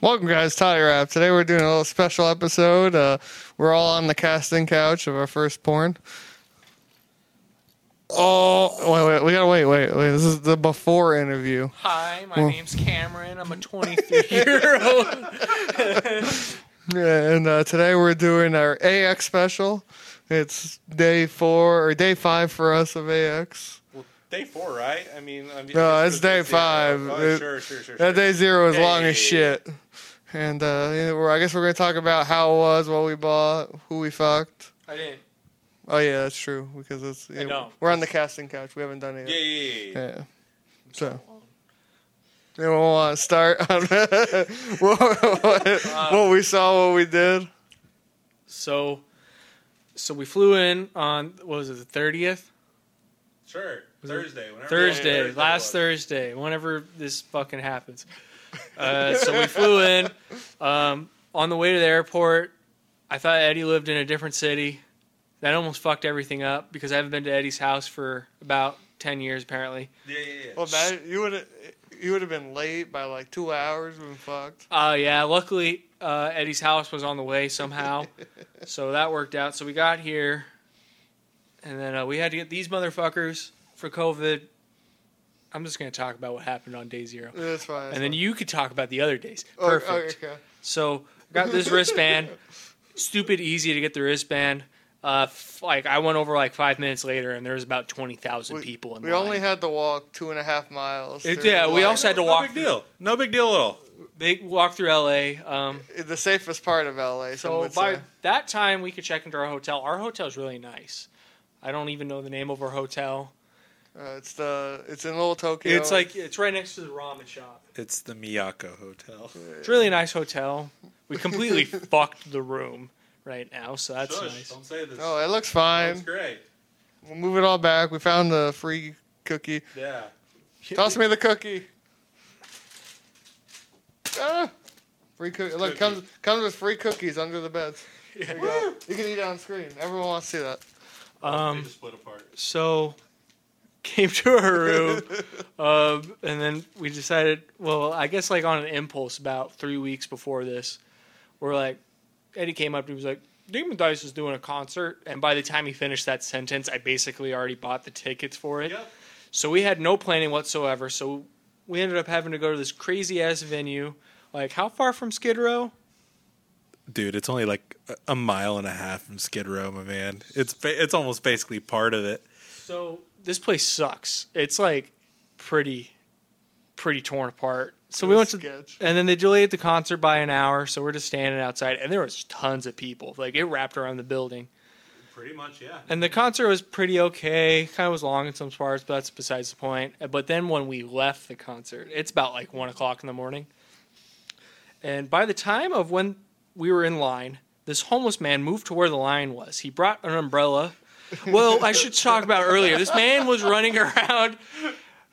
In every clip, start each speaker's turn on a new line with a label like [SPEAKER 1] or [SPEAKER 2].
[SPEAKER 1] Welcome, guys. Toddy Rap. Today we're doing a little special episode. Uh, we're all on the casting couch of our first porn. Oh, wait, wait. We gotta wait, wait, wait. This is the before interview.
[SPEAKER 2] Hi, my name's Cameron. I'm a 23 year old.
[SPEAKER 1] Yeah, and uh, today we're doing our AX special. It's day four or day five for us of AX.
[SPEAKER 3] Well, day four, right? I mean, I mean
[SPEAKER 1] No, it's
[SPEAKER 3] was
[SPEAKER 1] day
[SPEAKER 3] zero.
[SPEAKER 1] five.
[SPEAKER 3] Oh,
[SPEAKER 1] It-
[SPEAKER 3] sure, sure, sure. sure.
[SPEAKER 1] That day zero is long as
[SPEAKER 3] Hey.
[SPEAKER 1] shit. And uh, yeah, we're, I guess we're gonna talk about how it was, what we bought, who we fucked.
[SPEAKER 2] I didn't.
[SPEAKER 1] Oh yeah, that's true because it's yeah,
[SPEAKER 2] know.
[SPEAKER 1] we're on the casting couch. We haven't done it
[SPEAKER 3] Yeah,
[SPEAKER 1] yet.
[SPEAKER 3] yeah, yeah, yeah.
[SPEAKER 1] Yeah. So. Anyone want to start on what, what, what we saw, what we did?
[SPEAKER 2] So, so we flew in on what was it, the thirtieth?
[SPEAKER 3] Sure. Thursday. Whenever
[SPEAKER 2] Thursday, last
[SPEAKER 3] was.
[SPEAKER 2] Thursday, whenever this fucking happens. Uh, so we flew in. Um, on the way to the airport, I thought Eddie lived in a different city. That almost fucked everything up because I haven't been to Eddie's house for about ten years, apparently.
[SPEAKER 3] Yeah, yeah, yeah.
[SPEAKER 1] Well, man, you would you would have been late by like two hours. Been fucked.
[SPEAKER 2] Uh, yeah. Luckily, uh, Eddie's house was on the way somehow, so that worked out. So we got here, and then uh, we had to get these motherfuckers for COVID. I'm just gonna talk about what happened on day zero,
[SPEAKER 1] That's fine.
[SPEAKER 2] and then you could talk about the other days.
[SPEAKER 1] Oh,
[SPEAKER 2] Perfect.
[SPEAKER 1] okay.
[SPEAKER 2] So got this wristband. Stupid easy to get the wristband. Uh, f- like I went over like five minutes later, and there was about twenty thousand
[SPEAKER 1] We-
[SPEAKER 2] people in
[SPEAKER 1] We
[SPEAKER 2] line.
[SPEAKER 1] only had to walk two and a half miles.
[SPEAKER 2] It-
[SPEAKER 1] through
[SPEAKER 2] yeah,
[SPEAKER 1] the
[SPEAKER 2] we
[SPEAKER 1] line.
[SPEAKER 2] also had to
[SPEAKER 3] no
[SPEAKER 2] walk
[SPEAKER 3] big deal. No big deal at all.
[SPEAKER 2] they walked through L.A. Um,
[SPEAKER 1] the safest part of LA. So
[SPEAKER 2] So by that time, we could check into our hotel. Our hotel's really nice. I don't even know the name of our hotel.
[SPEAKER 1] uh, it's the it's in Little Tokyo.
[SPEAKER 2] It's like it's right next to the ramen shop.
[SPEAKER 3] It's the Miyako Hotel.
[SPEAKER 2] It's really a nice hotel. We completely fucked the room right now, so that's
[SPEAKER 3] Shush,
[SPEAKER 2] nice.
[SPEAKER 3] Don't say this.
[SPEAKER 1] oh, it looks
[SPEAKER 3] That's
[SPEAKER 1] fine.
[SPEAKER 3] great.
[SPEAKER 1] We'll move it all back. We found the free cookie.
[SPEAKER 3] Yeah.
[SPEAKER 1] Toss me the cookie. Ah, free cookie. Look,
[SPEAKER 3] Cookie.
[SPEAKER 1] comes comes with free cookies under the beds.
[SPEAKER 2] Yeah.
[SPEAKER 1] There you, go. You can eat it on screen. Everyone wants to see that.
[SPEAKER 3] They
[SPEAKER 2] Um,
[SPEAKER 3] just split apart.
[SPEAKER 2] so came to our room, um, and then we decided. Well, I guess like on an impulse, about three weeks before this, we're like, Eddie came up and he was like, Demon Dice is doing a concert, and by the time he finished that sentence, I basically already bought the tickets for it.
[SPEAKER 3] Yep.
[SPEAKER 2] So we had no planning whatsoever. So we ended up having to go to this crazy ass venue. Like, how far from Skid Row?
[SPEAKER 3] Dude, it's only like a mile and a half from Skid Row, my man. It's it's almost basically part of it.
[SPEAKER 2] So this place sucks. It's like pretty, pretty torn apart. So we went to,
[SPEAKER 1] Sketch.
[SPEAKER 2] and then they delayed the concert by an hour. So we're just standing outside, and there was tons of people. Like it wrapped around the building,
[SPEAKER 3] Pretty much, yeah.
[SPEAKER 2] and the concert was pretty okay. Kind of was long in some parts, but that's besides the point. But then when we left the concert, it's about like one o'clock in the morning, and by the time of when we were in line, this homeless man moved to where the line was. He brought an umbrella. Well, I should talk about earlier. This man was running around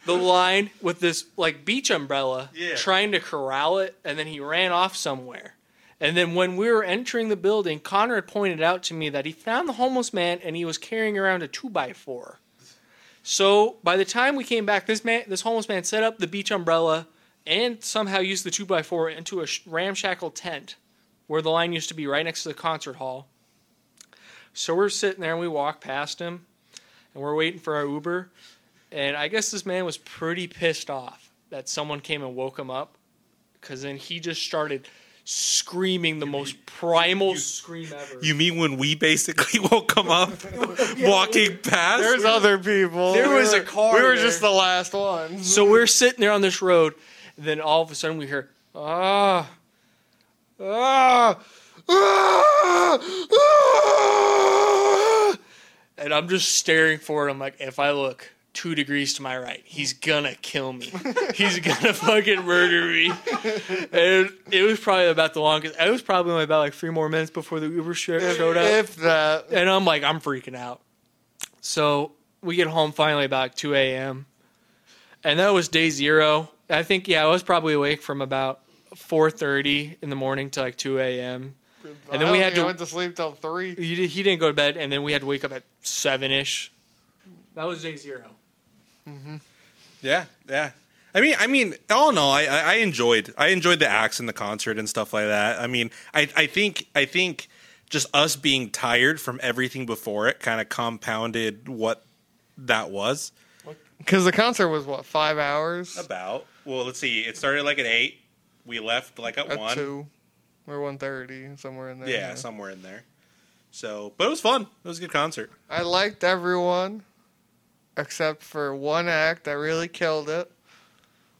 [SPEAKER 2] the line with this like beach umbrella,
[SPEAKER 3] Yeah.
[SPEAKER 2] trying to corral it, and then he ran off somewhere. And then when we were entering the building, Conrad pointed out to me that he found the homeless man and he was carrying around a two by four. So by the time we came back, this man, this homeless man, set up the beach umbrella and somehow used the two by four into a sh- ramshackle tent where the line used to be, right next to the concert hall. So we're sitting there and we walk past him, and we're waiting for our Uber, and I guess this man was pretty pissed off that someone came and woke him up, because then he just started screaming the most primal scream ever.
[SPEAKER 3] You mean when we basically woke come up walking past?
[SPEAKER 1] There's other people.
[SPEAKER 2] There
[SPEAKER 1] We
[SPEAKER 2] was a
[SPEAKER 1] were-
[SPEAKER 2] car
[SPEAKER 1] We were
[SPEAKER 2] there.
[SPEAKER 1] just the last ones.
[SPEAKER 2] So we're sitting there on this road, and then all of a sudden we hear, ah, ah, ah, ah. And I'm just staring forward. I'm like, if I look two degrees to my right, he's gonna kill me. He's gonna fucking murder me. And it was probably about the longest. It was probably only about like three more minutes before the Uber sh- showed up
[SPEAKER 1] if that.
[SPEAKER 2] and I'm like, I'm freaking out. So we get home finally about 2 a.m. And that was day zero. I think, yeah, I was probably awake from about 4.30 in the morning to like 2 a.m.
[SPEAKER 1] I
[SPEAKER 2] And then we
[SPEAKER 1] don't think I
[SPEAKER 2] had to-
[SPEAKER 1] went to sleep till three.
[SPEAKER 2] He di- he didn't go to bed, and then we had to wake up at 7-ish. That was day zero.
[SPEAKER 3] Yeah, yeah.
[SPEAKER 4] I mean, I mean, all in all, I, I I enjoyed, I enjoyed the acts and the concert and stuff like that. I mean, I, I think, I think, just us being tired from everything before it kind of compounded what that was
[SPEAKER 1] Because the concert was what five hours,
[SPEAKER 4] about. Well, let's see, it started like at eight, we left like at,
[SPEAKER 1] at
[SPEAKER 4] one,
[SPEAKER 1] two or one thirty somewhere in there.
[SPEAKER 4] yeah, somewhere in there. So, but it was fun. It was a good concert.
[SPEAKER 1] I liked everyone except for one act that really killed it.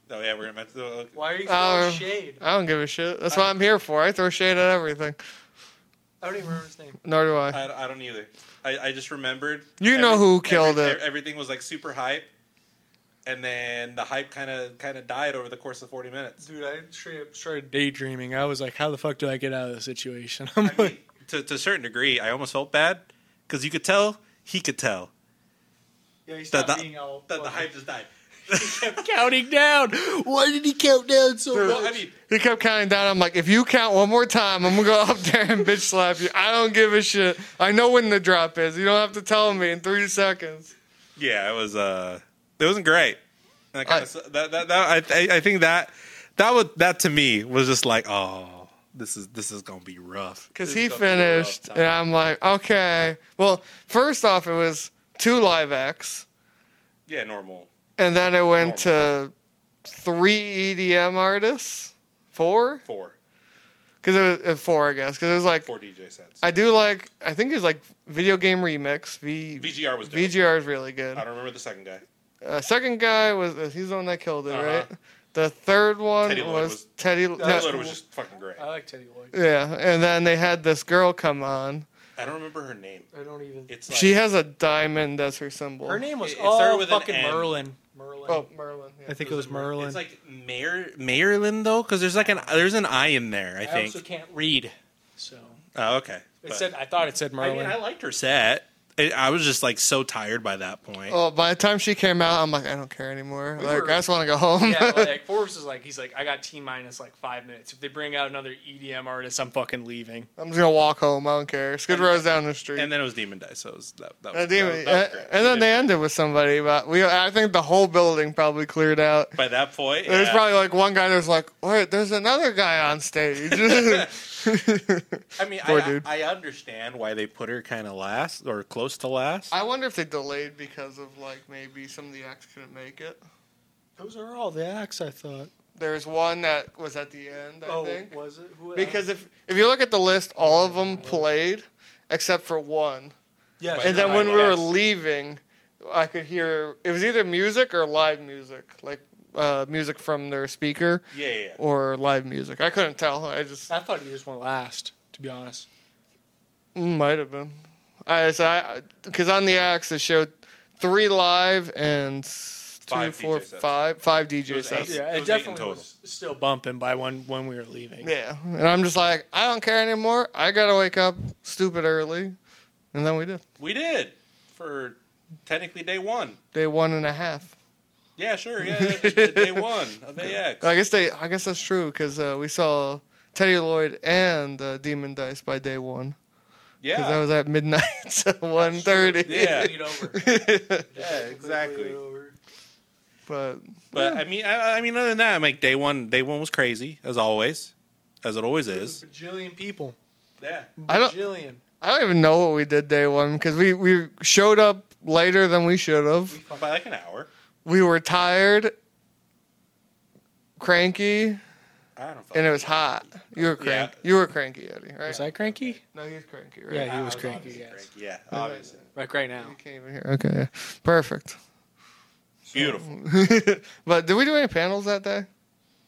[SPEAKER 4] Oh yeah, we're gonna. oh,
[SPEAKER 2] Why are you
[SPEAKER 1] Uh,
[SPEAKER 2] throwing shade?
[SPEAKER 1] I don't give a shit. That's what I'm here for. I throw shade at everything.
[SPEAKER 2] I don't even remember his name.
[SPEAKER 1] Nor do I.
[SPEAKER 4] I, I don't either. I, I just remembered.
[SPEAKER 1] You know who killed it.
[SPEAKER 4] every- e, Everything was like super hype, and then the hype kind of kind of died over the course of forty minutes.
[SPEAKER 2] Dude, I straight up started daydreaming. I was like, how the fuck do I get out of this situation? I'm
[SPEAKER 4] I mean, to to a certain degree, I almost felt bad because you could tell he could tell
[SPEAKER 2] yeah, he's
[SPEAKER 4] that
[SPEAKER 2] not
[SPEAKER 4] the,
[SPEAKER 2] being all
[SPEAKER 4] that the hype just died.
[SPEAKER 2] kept counting down. Why did he count down so
[SPEAKER 4] well, I
[SPEAKER 2] much?
[SPEAKER 4] mean,
[SPEAKER 1] He kept counting down. I'm like, if you count one more time, I'm gonna go up there and bitch slap you. I don't give a shit. I know when the drop is. You don't have to tell me in three seconds.
[SPEAKER 4] yeah, it was uh, it wasn't great. And I
[SPEAKER 1] I-
[SPEAKER 4] kind of that, that, that I- I I think that that was that to me was just like oh this is this is gonna be rough
[SPEAKER 1] Because
[SPEAKER 4] This
[SPEAKER 1] he
[SPEAKER 4] is gonna be a rough
[SPEAKER 1] finished,
[SPEAKER 4] time.
[SPEAKER 1] and I'm like, okay. Well, first off, it was two live acts,
[SPEAKER 4] yeah normal
[SPEAKER 1] and then it went to three EDM artists, four,
[SPEAKER 4] four
[SPEAKER 1] because it was uh, four, I guess. Because it was like
[SPEAKER 4] four DJ sets.
[SPEAKER 1] I do like. I think it's like video game remix. V
[SPEAKER 4] VGR was dope.
[SPEAKER 1] VGR is really good.
[SPEAKER 4] I don't remember the second guy.
[SPEAKER 1] Uh, second guy was uh, he's the one that killed it,
[SPEAKER 4] Uh-huh.
[SPEAKER 1] right? The third one
[SPEAKER 4] Teddy Lloyd
[SPEAKER 1] was,
[SPEAKER 4] was-
[SPEAKER 1] Teddy. No,
[SPEAKER 4] That
[SPEAKER 2] That's
[SPEAKER 4] letter
[SPEAKER 2] cool.
[SPEAKER 4] was just fucking great.
[SPEAKER 2] I like Teddy Lloyd.
[SPEAKER 1] yeah, and then they had this girl come on.
[SPEAKER 4] I don't remember her name.
[SPEAKER 2] I don't even.
[SPEAKER 4] It's like
[SPEAKER 1] she has a diamond as her symbol.
[SPEAKER 2] Her name was
[SPEAKER 4] It- it started
[SPEAKER 2] all
[SPEAKER 4] with an
[SPEAKER 2] fucking
[SPEAKER 4] M.
[SPEAKER 2] Merlin. Merlin.
[SPEAKER 1] Oh, Merlin. yeah.
[SPEAKER 2] I think it was Merlin.
[SPEAKER 4] It's like Mayor Marilyn though, because there's like an there's an I in there. I
[SPEAKER 2] I also
[SPEAKER 4] think.
[SPEAKER 2] can't read, so
[SPEAKER 4] Oh, okay.
[SPEAKER 2] it
[SPEAKER 4] But-
[SPEAKER 2] said. I thought it said
[SPEAKER 4] I
[SPEAKER 2] Merlin.
[SPEAKER 4] mean, I liked her set. I I was just like so tired by that point.
[SPEAKER 1] Oh, by the time she came out, I'm like, I don't care anymore.
[SPEAKER 2] We
[SPEAKER 1] like,
[SPEAKER 2] were-
[SPEAKER 1] I just want to go home.
[SPEAKER 2] yeah, like Forbes is like, he's like, I got T minus like five minutes. If they bring out another EDM artist, I'm fucking leaving.
[SPEAKER 1] I'm just gonna walk home. I don't care. Skid Row's down the street.
[SPEAKER 4] And then it was Demon Dice. So it was that. that,
[SPEAKER 1] Uh,
[SPEAKER 4] was,
[SPEAKER 1] Demon-
[SPEAKER 4] that,
[SPEAKER 1] uh,
[SPEAKER 4] that was great.
[SPEAKER 1] and then
[SPEAKER 4] It-
[SPEAKER 1] they ended with somebody, but we. I think the whole building probably cleared out.
[SPEAKER 4] by that point,
[SPEAKER 1] There's
[SPEAKER 4] yeah.
[SPEAKER 1] probably like one guy that's like, wait, there's another guy on stage.
[SPEAKER 4] I mean,
[SPEAKER 1] Poor
[SPEAKER 4] I,
[SPEAKER 1] dude.
[SPEAKER 4] I understand why they put her kind of last or close to last.
[SPEAKER 1] I wonder if they delayed because of like maybe some of the acts couldn't make it.
[SPEAKER 2] Those are all the acts I thought.
[SPEAKER 1] There's one that was at the end, I
[SPEAKER 4] Oh,
[SPEAKER 1] think.
[SPEAKER 2] Oh, was it? Who
[SPEAKER 1] Because if if you look at the list, all of them played except for one.
[SPEAKER 2] yeah,
[SPEAKER 1] And then when we were leaving, I could hear it was either music or live music, like uh, music from their speaker
[SPEAKER 4] yeah, yeah, yeah.
[SPEAKER 1] or live music. I couldn't tell. I just
[SPEAKER 2] I thought he just went last. To be honest,
[SPEAKER 1] might have been. I so I because on the acts it showed three live and s- two,
[SPEAKER 4] Five
[SPEAKER 1] four,
[SPEAKER 4] DJ sets.
[SPEAKER 1] five- five DJ
[SPEAKER 4] It was
[SPEAKER 1] sets.
[SPEAKER 4] eight. Yeah, it was eight in total.
[SPEAKER 2] still bumping by when when we were leaving.
[SPEAKER 1] Yeah, and I'm just like, I don't care anymore. I gotta wake up stupid early, and then we did
[SPEAKER 4] We did for technically day one.
[SPEAKER 1] day one and a half.
[SPEAKER 4] Yeah, sure. Yeah, yeah, day- day one of AX.
[SPEAKER 1] I guess they, I guess that's true because uh, we saw Teddy Lloyd and uh, Demon Dice by day one because that
[SPEAKER 4] Yeah,
[SPEAKER 1] was at midnight to one thirty.
[SPEAKER 4] Yeah.
[SPEAKER 2] Lead over.
[SPEAKER 4] yeah, exactly.
[SPEAKER 1] but
[SPEAKER 4] But I mean, I, I mean, other than that, I'm like day one. Day one was crazy as always, as it always is.
[SPEAKER 2] Bajillion people.
[SPEAKER 4] Yeah,
[SPEAKER 1] I don't-
[SPEAKER 2] Bajillion.
[SPEAKER 1] I don't even know what we did day one because we we showed up later than we should have.
[SPEAKER 4] by like an hour.
[SPEAKER 1] We were tired, cranky,
[SPEAKER 4] I don't. fucking
[SPEAKER 1] and it was hot. You were cranky.
[SPEAKER 4] Yeah.
[SPEAKER 1] You were cranky, Eddie. Right?
[SPEAKER 2] Was I cranky?
[SPEAKER 1] no, he's cranky. Right?
[SPEAKER 2] Yeah, he
[SPEAKER 4] I
[SPEAKER 2] was
[SPEAKER 4] was
[SPEAKER 2] cranky.
[SPEAKER 4] obviously
[SPEAKER 2] yes.
[SPEAKER 4] cranky, Yeah, obviously.
[SPEAKER 2] Like right now.
[SPEAKER 1] You can't even hear. Okay, yeah. perfect.
[SPEAKER 4] Beautiful.
[SPEAKER 1] but did we do any panels that day?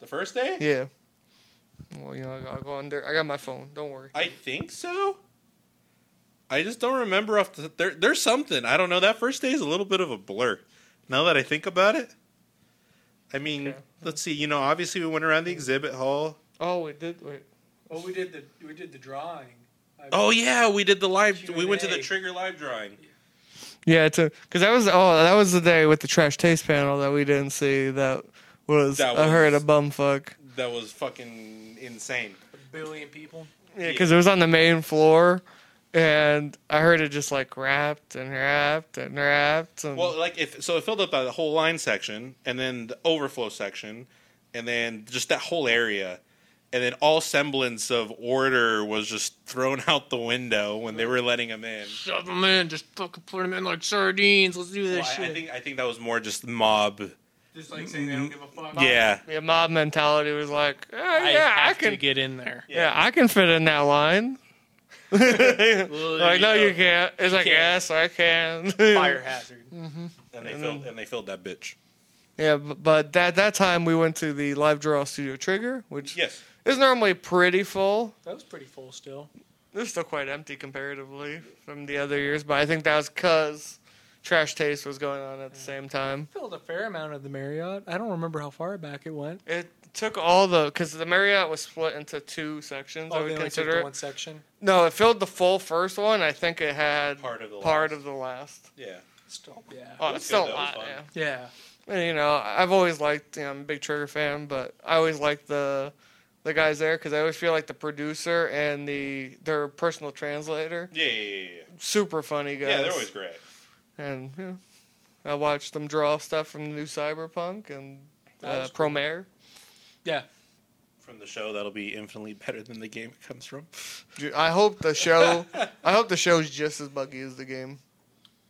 [SPEAKER 4] The first day,
[SPEAKER 1] mm. Yeah. Well, you know, I got, go under. I got my phone. Don't worry.
[SPEAKER 4] I think so. I just don't remember off the there. There's something I don't know. That first day is a little bit of a blur. Now that I think about it, I mean,
[SPEAKER 1] Okay.
[SPEAKER 4] let's see. You know, obviously we went around the exhibit hall.
[SPEAKER 1] Oh, we did. Wait.
[SPEAKER 2] Well, we did the we did the drawing.
[SPEAKER 4] Oh yeah, we did the live. We went to the
[SPEAKER 2] Q&A.
[SPEAKER 4] trigger live drawing.
[SPEAKER 1] Yeah, it's a because that was oh that was the day with the trash taste panel that we didn't see that was,
[SPEAKER 4] That
[SPEAKER 1] a herd
[SPEAKER 4] was-
[SPEAKER 1] of bumfuck.
[SPEAKER 4] That was fucking insane.
[SPEAKER 2] A billion people.
[SPEAKER 1] Yeah, because it was on the main floor, and I heard it just like wrapped and wrapped and wrapped. And
[SPEAKER 3] Well, like if so, it filled up the whole line section, and then the overflow section, and then just that whole area, and then all semblance of order was just thrown out the window when they were letting them in.
[SPEAKER 2] Shove them in. Just fucking put them in like sardines. Let's do
[SPEAKER 3] Well,
[SPEAKER 2] this
[SPEAKER 3] I, I
[SPEAKER 2] shit.
[SPEAKER 3] think I think that was more just mob.
[SPEAKER 5] Just like saying they don't give a fuck.
[SPEAKER 4] Mm-hmm.
[SPEAKER 3] Yeah,
[SPEAKER 1] the mob mentality was like, eh,
[SPEAKER 2] I
[SPEAKER 1] yeah, I
[SPEAKER 2] have
[SPEAKER 1] can,
[SPEAKER 2] to get in there.
[SPEAKER 1] yeah, I can fit in that line. like,
[SPEAKER 2] you
[SPEAKER 1] no,
[SPEAKER 2] go.
[SPEAKER 1] you can't. It's like,
[SPEAKER 2] can't.
[SPEAKER 1] yes, I can.
[SPEAKER 2] Fire hazard.
[SPEAKER 3] and they filled and they filled that bitch.
[SPEAKER 1] Yeah, b- but that that time we went to the live draw studio trigger, which
[SPEAKER 3] Yes,
[SPEAKER 1] is normally pretty full.
[SPEAKER 2] That was pretty full still.
[SPEAKER 1] They're still quite empty comparatively from the other years, but I think that was because Trash Taste was going on
[SPEAKER 2] Mm.
[SPEAKER 1] at the same time.
[SPEAKER 2] Filled a fair amount of the Marriott. I don't remember how far back it went.
[SPEAKER 1] It took all the because the Marriott was split into two sections. I
[SPEAKER 2] Oh,
[SPEAKER 1] would
[SPEAKER 2] they only took
[SPEAKER 1] consider
[SPEAKER 2] the
[SPEAKER 1] it.
[SPEAKER 2] one section.
[SPEAKER 1] No, it filled the full first one. I think it had
[SPEAKER 3] Part of the
[SPEAKER 1] part
[SPEAKER 3] last.
[SPEAKER 1] of the last.
[SPEAKER 3] yeah.
[SPEAKER 2] Stop.
[SPEAKER 1] Oh,
[SPEAKER 2] Yeah.
[SPEAKER 3] was
[SPEAKER 1] it's still
[SPEAKER 3] good,
[SPEAKER 1] a
[SPEAKER 3] though. It was
[SPEAKER 1] lot.
[SPEAKER 3] fun.
[SPEAKER 1] Yeah.
[SPEAKER 2] Yeah.
[SPEAKER 1] And, you know, I've always liked, you know, I'm a big Trigger fan, but I always liked the the guys there because I always feel like the producer and the their personal translator,
[SPEAKER 3] Yeah, yeah, yeah, yeah.
[SPEAKER 1] super funny guys.
[SPEAKER 3] yeah they're always great.
[SPEAKER 1] And you know, I watched them draw stuff from the new Cyberpunk and
[SPEAKER 2] That
[SPEAKER 1] uh,
[SPEAKER 2] was cool.
[SPEAKER 1] Promare.
[SPEAKER 2] Yeah.
[SPEAKER 3] From the show, that'll be infinitely better than the game it comes from.
[SPEAKER 1] Dude, I hope the show, I hope the show's just as buggy as the game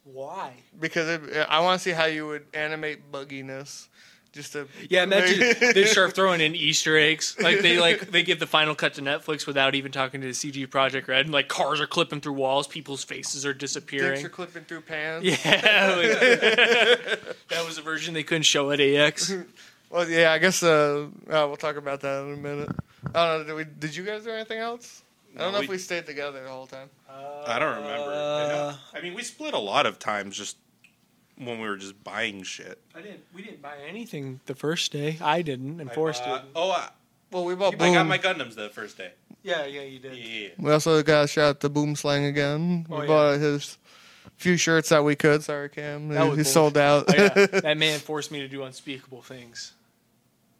[SPEAKER 2] Why?
[SPEAKER 1] because it, I want to see how you would animate bugginess. Just to
[SPEAKER 2] Yeah, imagine they start throwing in Easter eggs. Like they like they give the final cut to Netflix without even talking to the CG Project Red. And like cars are clipping through walls, people's faces are
[SPEAKER 1] dicks
[SPEAKER 2] disappearing.
[SPEAKER 1] are clipping through pants.
[SPEAKER 2] yeah, like- that was a version they couldn't show at AX.
[SPEAKER 1] Well, yeah, I guess uh, uh, we'll talk about that in a minute. I don't know. Did, we, did you guys do anything else? I don't
[SPEAKER 3] No,
[SPEAKER 1] know if
[SPEAKER 3] we-
[SPEAKER 1] we stayed together the whole time.
[SPEAKER 3] I don't remember.
[SPEAKER 2] Uh,
[SPEAKER 3] I mean, we split a lot of times just when we were just buying shit.
[SPEAKER 2] I didn't. We didn't buy anything the first day. I didn't, and Forrest
[SPEAKER 3] Uh,
[SPEAKER 2] did.
[SPEAKER 3] oh, I,
[SPEAKER 1] Well, we bought
[SPEAKER 3] I
[SPEAKER 1] Boom.
[SPEAKER 3] got my Gundams the first day.
[SPEAKER 2] Yeah, yeah, you did.
[SPEAKER 3] Yeah.
[SPEAKER 1] we also got a shot to Boom Slang again. We
[SPEAKER 2] Oh, yeah.
[SPEAKER 1] bought his few shirts that we could. Sorry, Cam.
[SPEAKER 2] That
[SPEAKER 1] He-
[SPEAKER 2] was
[SPEAKER 1] he
[SPEAKER 2] bullshit.
[SPEAKER 1] sold out.
[SPEAKER 2] Oh, yeah. That man forced me to do unspeakable things.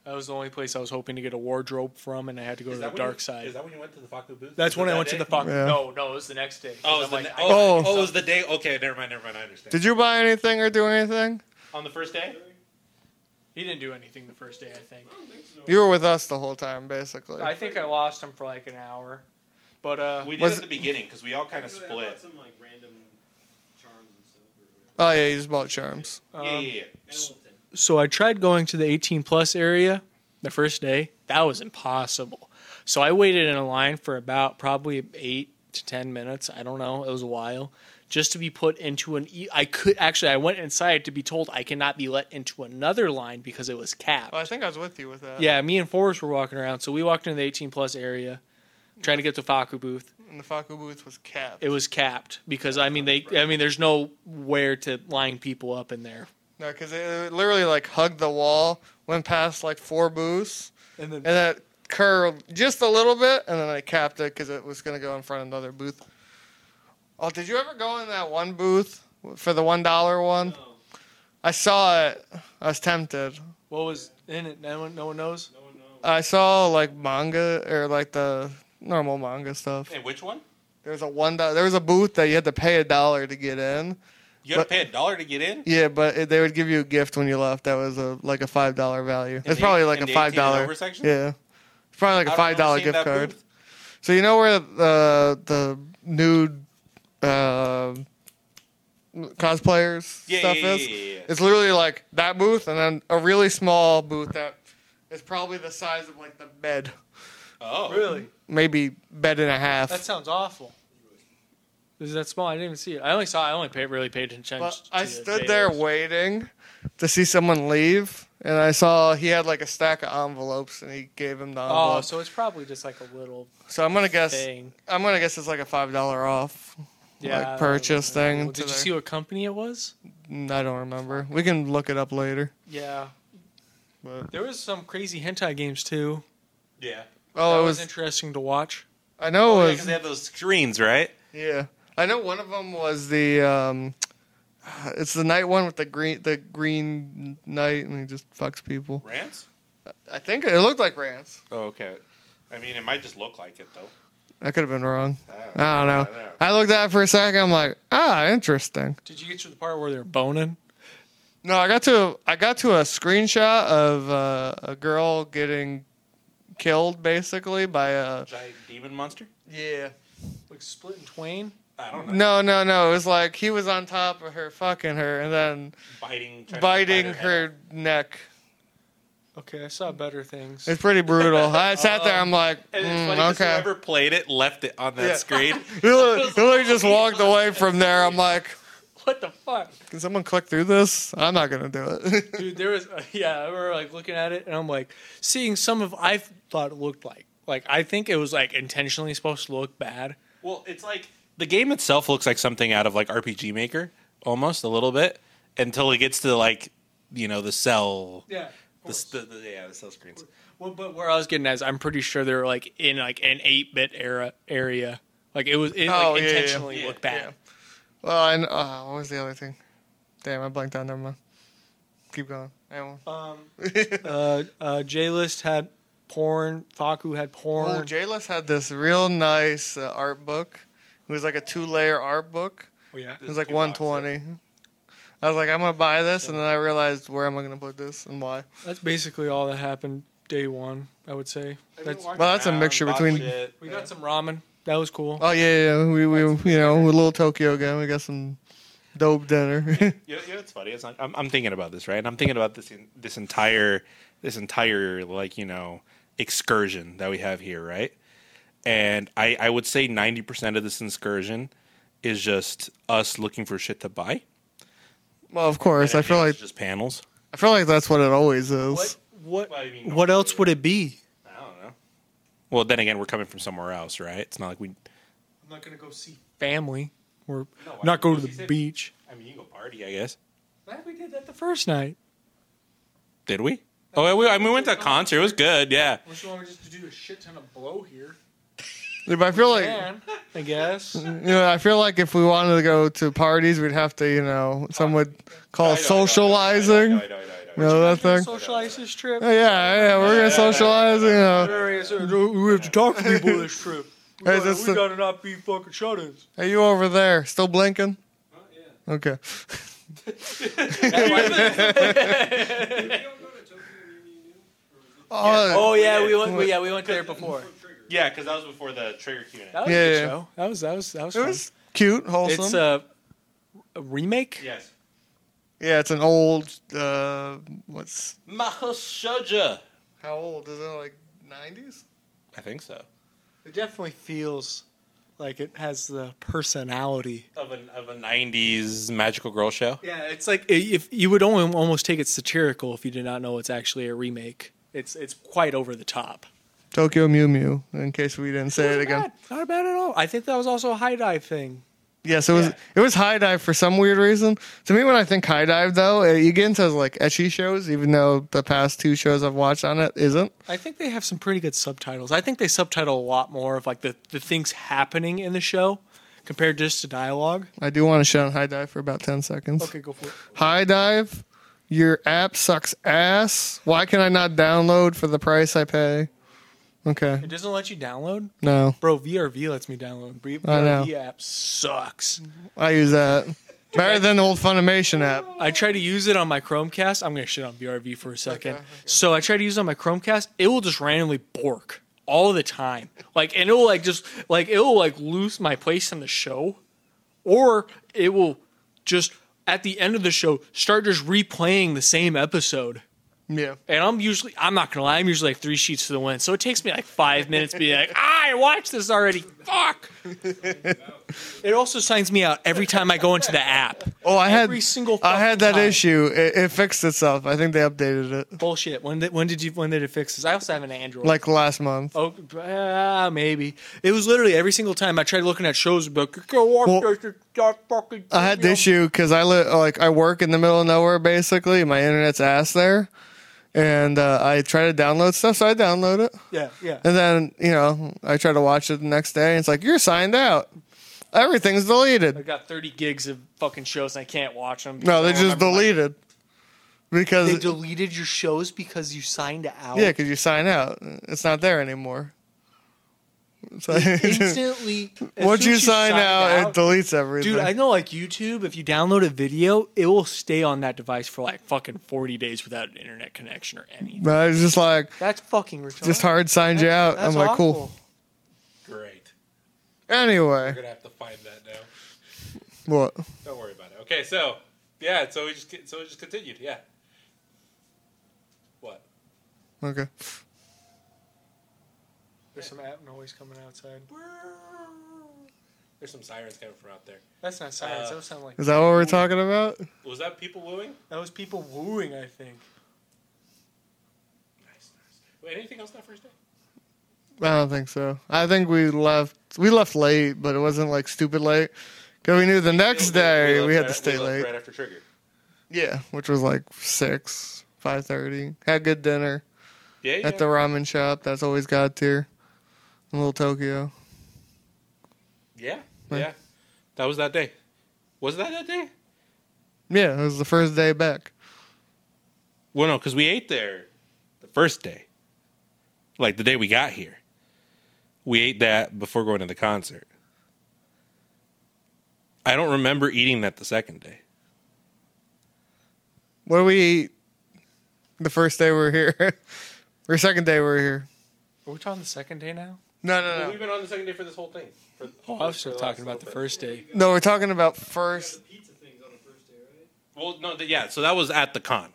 [SPEAKER 2] That was the only place I was hoping to get a wardrobe from, and I had to go to the dark side.
[SPEAKER 3] that when you went to the Faku booth?
[SPEAKER 2] That's when I went to the fuck.
[SPEAKER 1] Yeah.
[SPEAKER 2] No, no, it was the next day. 'Cause
[SPEAKER 3] Oh, it was
[SPEAKER 2] I'm
[SPEAKER 3] the
[SPEAKER 2] like,
[SPEAKER 3] ne-
[SPEAKER 2] I-
[SPEAKER 3] oh,
[SPEAKER 1] Oh.
[SPEAKER 3] oh, it was the day. Okay, never mind, never mind. I understand.
[SPEAKER 1] Did you buy anything or do anything?
[SPEAKER 3] On the first day?
[SPEAKER 2] oh. he didn't do anything the first day. I think.
[SPEAKER 1] You were with us the whole time, basically.
[SPEAKER 2] I think I lost him for like an hour, but uh,
[SPEAKER 3] We did
[SPEAKER 1] Was-
[SPEAKER 3] at the beginning because we all kind of split.
[SPEAKER 5] Some like random charms and stuff. Or whatever.
[SPEAKER 1] oh yeah, you just bought charms.
[SPEAKER 2] um,
[SPEAKER 3] yeah, yeah, yeah.
[SPEAKER 5] Hamilton.
[SPEAKER 2] so I tried going to the 18 plus area the first day. That was impossible. So I waited in a line for about probably eight to 10 minutes. I don't know. It was a while just to be put into an. E- I could actually, I went inside to be told I cannot be let into another line because it was capped.
[SPEAKER 1] Oh, I think I was with you with that.
[SPEAKER 2] yeah, me and Forrest were walking around. So we walked into the 18 plus area trying to get to Faku booth.
[SPEAKER 1] And the Faku booth was capped.
[SPEAKER 2] It was capped because I mean, they, I mean, there's no where to line people up in there.
[SPEAKER 1] No, because it, it literally like hugged the wall, went past like four booths,
[SPEAKER 2] And
[SPEAKER 1] and then it curled just a little bit, and then I capped it because it was gonna go in front of another booth. Oh, did you ever go in that one booth for the one dollar one?
[SPEAKER 5] No,
[SPEAKER 1] I saw it. I was tempted.
[SPEAKER 2] what was in it? No one, no one knows.
[SPEAKER 5] no one knows.
[SPEAKER 1] I saw like manga or like the normal manga stuff.
[SPEAKER 3] Hey, which one?
[SPEAKER 1] There was a one dollar. There was a booth that you had to pay a dollar to get in.
[SPEAKER 3] You had to pay a dollar to get in?
[SPEAKER 1] Yeah, but it, they would give you a gift when you left. That was a like a five dollar value.
[SPEAKER 3] the
[SPEAKER 1] It's probably
[SPEAKER 3] eight-
[SPEAKER 1] like
[SPEAKER 3] in
[SPEAKER 1] a
[SPEAKER 3] the 18
[SPEAKER 1] five
[SPEAKER 3] and
[SPEAKER 1] dollar.
[SPEAKER 3] over section?
[SPEAKER 1] Yeah, it's probably like a
[SPEAKER 3] I
[SPEAKER 1] five
[SPEAKER 3] don't remember seeing
[SPEAKER 1] dollar
[SPEAKER 3] that
[SPEAKER 1] gift card.
[SPEAKER 3] booth.
[SPEAKER 1] So you know where the the nude uh, cosplayers
[SPEAKER 3] Yeah,
[SPEAKER 1] stuff
[SPEAKER 3] yeah, yeah,
[SPEAKER 1] is?
[SPEAKER 3] yeah, yeah.
[SPEAKER 1] It's literally like that booth and then a really small booth that is probably the size of like the bed,
[SPEAKER 3] Oh.
[SPEAKER 1] maybe bed and a half.
[SPEAKER 2] That sounds awful. Is that small? I didn't even see it. I only saw. I only paid, really paid attention.
[SPEAKER 1] But
[SPEAKER 2] to
[SPEAKER 1] I
[SPEAKER 2] the
[SPEAKER 1] stood there
[SPEAKER 2] videos.
[SPEAKER 1] waiting to see someone leave, and I saw he had like a stack of envelopes, and he gave him the envelope.
[SPEAKER 2] Oh, so it's probably just like a little
[SPEAKER 1] so I'm gonna guess
[SPEAKER 2] thing.
[SPEAKER 1] I'm gonna guess it's like a five dollar off.
[SPEAKER 2] Yeah, I don't
[SPEAKER 1] purchase
[SPEAKER 2] know.
[SPEAKER 1] thing
[SPEAKER 2] Well,
[SPEAKER 1] to
[SPEAKER 2] Did you
[SPEAKER 1] their-
[SPEAKER 2] see what company it was?
[SPEAKER 1] Mm, I don't remember. We can look it up later.
[SPEAKER 2] Yeah,
[SPEAKER 1] But
[SPEAKER 2] there was some crazy hentai games too.
[SPEAKER 3] Yeah.
[SPEAKER 1] oh, it
[SPEAKER 2] that was, Oh,
[SPEAKER 1] was.
[SPEAKER 2] interesting to watch.
[SPEAKER 1] I know it
[SPEAKER 3] Because
[SPEAKER 1] was.
[SPEAKER 3] they have those screens, right?
[SPEAKER 1] Yeah, I know one of them was the. um It's the night one with the green, the green knight, and he just fucks people.
[SPEAKER 3] Rants?
[SPEAKER 1] I think it looked like Rance.
[SPEAKER 3] Oh, okay. I mean, it might just look like it, though.
[SPEAKER 1] I could have been wrong.
[SPEAKER 4] don't
[SPEAKER 1] Oh, I don't know. I looked at it for a second. I'm like, ah, interesting.
[SPEAKER 2] Did you get to the part where they're boning?
[SPEAKER 1] No, I got to I got to a screenshot of uh, a girl getting killed basically by a
[SPEAKER 3] Giant demon monster?
[SPEAKER 1] yeah.
[SPEAKER 2] Like split in twain?
[SPEAKER 3] I don't know.
[SPEAKER 1] No, no, no. It was like he was on top of her, fucking her, and then
[SPEAKER 3] Biting, trying to
[SPEAKER 1] biting
[SPEAKER 3] bite
[SPEAKER 1] her,
[SPEAKER 3] head
[SPEAKER 1] neck.
[SPEAKER 2] Okay, I saw better things.
[SPEAKER 1] It's pretty brutal. I sat there. I'm like,
[SPEAKER 3] off. And it's
[SPEAKER 1] mm,
[SPEAKER 3] funny 'cause
[SPEAKER 1] okay.
[SPEAKER 3] whoever played it left it on that
[SPEAKER 1] Yeah.
[SPEAKER 3] screen.
[SPEAKER 1] Hillary Hillary just walked away from there. I'm like,
[SPEAKER 2] What the fuck?
[SPEAKER 1] can someone click through this? I'm not gonna do it.
[SPEAKER 2] Dude, there was, yeah, I remember like looking at it and I'm like seeing some of I thought it looked like. Like, I think it was like intentionally supposed to look bad.
[SPEAKER 3] Well, it's like the game itself looks like something out of like RPG Maker, almost a little bit, until it gets to like you know the cell,
[SPEAKER 2] Yeah.
[SPEAKER 3] the, s- the, the yeah, the cell screens.
[SPEAKER 2] Well, but where I was getting at is I'm pretty sure they were like in like an eight bit era area. Like it was it
[SPEAKER 1] Oh,
[SPEAKER 2] like
[SPEAKER 1] yeah, yeah,
[SPEAKER 2] intentionally
[SPEAKER 3] yeah.
[SPEAKER 2] looked bad.
[SPEAKER 1] well, and uh, what was the other thing? Damn, I blanked out. Never mind. Keep going. I had one.
[SPEAKER 2] Um, uh, uh, J List had porn. Faku had porn.
[SPEAKER 1] Oh, Jayless had this real nice uh, art book. It was like a two-layer art book.
[SPEAKER 2] Oh, yeah.
[SPEAKER 1] It was like 120. I was like, I'm gonna buy this, and then I realized where am I gonna put this and why.
[SPEAKER 2] That's basically all that happened day one. I would say. That's,
[SPEAKER 1] Well, that's a mixture between-
[SPEAKER 2] we got some ramen. That was cool.
[SPEAKER 1] Oh yeah, yeah. We we you know a little Tokyo again. We got some dope dinner.
[SPEAKER 3] You know, you know, it's funny. It's like I'm, I'm thinking about this, right? And I'm thinking about this in, this entire this entire like you know excursion that we have here, right? And I I would say ninety percent of this excursion is just us looking for shit to buy.
[SPEAKER 1] well, of course. I
[SPEAKER 3] And
[SPEAKER 1] feel like
[SPEAKER 3] it's just panels.
[SPEAKER 1] I feel like that's what it always is.
[SPEAKER 2] What? What?
[SPEAKER 3] Well, I mean,
[SPEAKER 2] What else would it be?
[SPEAKER 3] I don't know. Well, then again, we're coming from somewhere else, right? It's not like we.
[SPEAKER 2] I'm not gonna go see family. We're
[SPEAKER 3] No, I-
[SPEAKER 2] not go to
[SPEAKER 3] she
[SPEAKER 2] the
[SPEAKER 3] said-
[SPEAKER 2] beach.
[SPEAKER 3] I mean, you can go party, I guess.
[SPEAKER 2] we did that the first night.
[SPEAKER 3] Did we? Oh, yeah, we, I mean, we went to a concert. It was good. Yeah.
[SPEAKER 2] Which one just to do a shit ton of blow here?
[SPEAKER 1] Yeah, but I feel like
[SPEAKER 2] And I guess.
[SPEAKER 1] you know, I feel like if we wanted to go to parties, we'd have to, you know, some would call socializing.
[SPEAKER 3] I know, I know, I know, I know, I
[SPEAKER 1] You
[SPEAKER 3] know.
[SPEAKER 1] know that thing?
[SPEAKER 2] Socialize this trip.
[SPEAKER 1] Oh, yeah, yeah, we're gonna socialize. You know,
[SPEAKER 2] uh, We have to talk to people this trip. We
[SPEAKER 1] Hey, gotta- that's we the- gotta
[SPEAKER 2] not be fucking shut-ins.
[SPEAKER 1] are you over there still blinking? Okay. Oh, Uh,
[SPEAKER 2] Oh yeah, we went. yeah, we went there before.
[SPEAKER 3] Yeah, because that was before the trigger Q.
[SPEAKER 2] That was
[SPEAKER 1] Yeah,
[SPEAKER 2] a good
[SPEAKER 1] yeah.
[SPEAKER 2] show. That was that was that was.
[SPEAKER 1] it
[SPEAKER 2] Fun.
[SPEAKER 1] was cute, wholesome.
[SPEAKER 2] it's a, a remake.
[SPEAKER 3] Yes.
[SPEAKER 1] yeah, it's an old. Uh, what's
[SPEAKER 3] Mahashoja.
[SPEAKER 1] how old is it? Like nineties?
[SPEAKER 3] I think so.
[SPEAKER 2] It definitely feels like it has the personality.
[SPEAKER 3] Of an of a '90s magical girl show.
[SPEAKER 2] Yeah, it's like i- if you would only almost take it satirical if you did not know it's actually a remake. It's it's quite over the top.
[SPEAKER 1] Tokyo Mew Mew. In case we didn't say it
[SPEAKER 2] Not
[SPEAKER 1] again.
[SPEAKER 2] bad. Not bad at all. I think that was also a high dive thing.
[SPEAKER 1] Yes, it was.
[SPEAKER 2] Yeah.
[SPEAKER 1] It was high dive for some weird reason. To me, when I think high dive, though, uh, you get into like etchy shows. Even though the past two shows I've watched on it isn't.
[SPEAKER 2] I think they have some pretty good subtitles. I think they subtitle a lot more of like the, the things happening in the show compared just to dialogue.
[SPEAKER 1] I do want to shut on high dive for about ten seconds.
[SPEAKER 2] Okay, go for it.
[SPEAKER 1] High dive, your app sucks ass. Why can I not download for the price I pay? Okay,
[SPEAKER 2] It doesn't let you download?
[SPEAKER 1] no,
[SPEAKER 2] Bro, VRV lets me download. V-
[SPEAKER 1] I know.
[SPEAKER 2] VRV app sucks.
[SPEAKER 1] I use that better than the old Funimation app.
[SPEAKER 2] I try to use it on my Chromecast. I'm going to shit on VRV for a second. So I try to use it on my Chromecast. It will just randomly bork all the time. Like, and it will like just, like, it will like lose my place in the show. Or it will just, at the end of the show, start just replaying the same episode.
[SPEAKER 1] Yeah,
[SPEAKER 2] And I'm usually, I'm not going to lie, I'm usually like three sheets to the wind. So it takes me like five minutes to be like, I watched this already. Fuck. it also signs me out every time I go into the app.
[SPEAKER 1] Oh, I had
[SPEAKER 2] Every single
[SPEAKER 1] I had that
[SPEAKER 2] fucking time.
[SPEAKER 1] issue. It, it fixed itself. I think they updated it
[SPEAKER 2] Bullshit. When did, when did you when did it fix this? I also have an Android.
[SPEAKER 1] like last month.
[SPEAKER 2] oh, uh, maybe it was literally every single time I tried looking at shows, but go watch
[SPEAKER 1] Well,
[SPEAKER 2] this, it's not fucking.
[SPEAKER 1] I had the issue because I li- like I work in the middle of nowhere basically. My internet's ass there, and uh, I try to download stuff. So I download it,
[SPEAKER 2] Yeah, yeah.
[SPEAKER 1] and then you know I try to watch it the next day, and it's like you're signed out. Everything's
[SPEAKER 2] I
[SPEAKER 1] deleted.
[SPEAKER 2] got thirty gigs of fucking shows and I can't watch them.
[SPEAKER 1] No, they just deleted
[SPEAKER 2] deleted.
[SPEAKER 1] because
[SPEAKER 2] They
[SPEAKER 1] yeah, 'cause
[SPEAKER 2] deleted your shows because you signed out.
[SPEAKER 1] yeah, because you sign out, it's not there anymore. So- Once
[SPEAKER 2] instantly. as soon
[SPEAKER 1] you
[SPEAKER 2] as
[SPEAKER 1] sign out, it deletes everything.
[SPEAKER 2] Dude, I know like YouTube, if you download a video, it will stay on that device for like fucking 40 days without an internet connection or anything.
[SPEAKER 1] but I was just like,
[SPEAKER 2] That's fucking retarded.
[SPEAKER 1] just hard signed you out. I'm like, cool.
[SPEAKER 3] Great.
[SPEAKER 1] Anyway,
[SPEAKER 3] We're gonna have to find that now.
[SPEAKER 1] what?
[SPEAKER 3] Don't worry about it. Okay, so yeah, so we just so we just continued. Yeah. What?
[SPEAKER 1] Okay.
[SPEAKER 2] There's some app noise coming outside.
[SPEAKER 3] There's some sirens coming from out there.
[SPEAKER 2] That's not
[SPEAKER 3] sirens, those
[SPEAKER 2] sound like
[SPEAKER 1] Is that what we're talking about?
[SPEAKER 3] Was that people wooing?
[SPEAKER 2] that was people wooing. I think.
[SPEAKER 3] Nice, nice. Wait, anything else that first day?
[SPEAKER 1] I don't think so. I think we left. We left late, but it wasn't like stupid late. Cause we knew the next day we had to stay late.
[SPEAKER 3] Right after trigger.
[SPEAKER 1] Yeah, which was like six, five thirty. Had good dinner
[SPEAKER 3] Yeah, yeah.
[SPEAKER 1] at the ramen shop. That's always god tier. In Little Tokyo.
[SPEAKER 3] yeah,
[SPEAKER 1] Right.
[SPEAKER 3] yeah. That was that day. Was that that day?
[SPEAKER 1] Yeah, it was the first day back.
[SPEAKER 3] Well, no, because we ate there the first day, like the day we got here. We ate that before going to the concert. I don't remember eating that the second day.
[SPEAKER 1] What did we eat? The first day we were here, or second day we were here.
[SPEAKER 2] Are we talking the second day now?
[SPEAKER 1] No, no,
[SPEAKER 3] we've
[SPEAKER 1] no.
[SPEAKER 3] been on the second day for this whole thing.
[SPEAKER 2] Oh, I was still talking about the first day.
[SPEAKER 1] No, we're talking about first.
[SPEAKER 5] The pizza things on the first day, right?
[SPEAKER 3] Well, no, th- yeah. So that was at the con,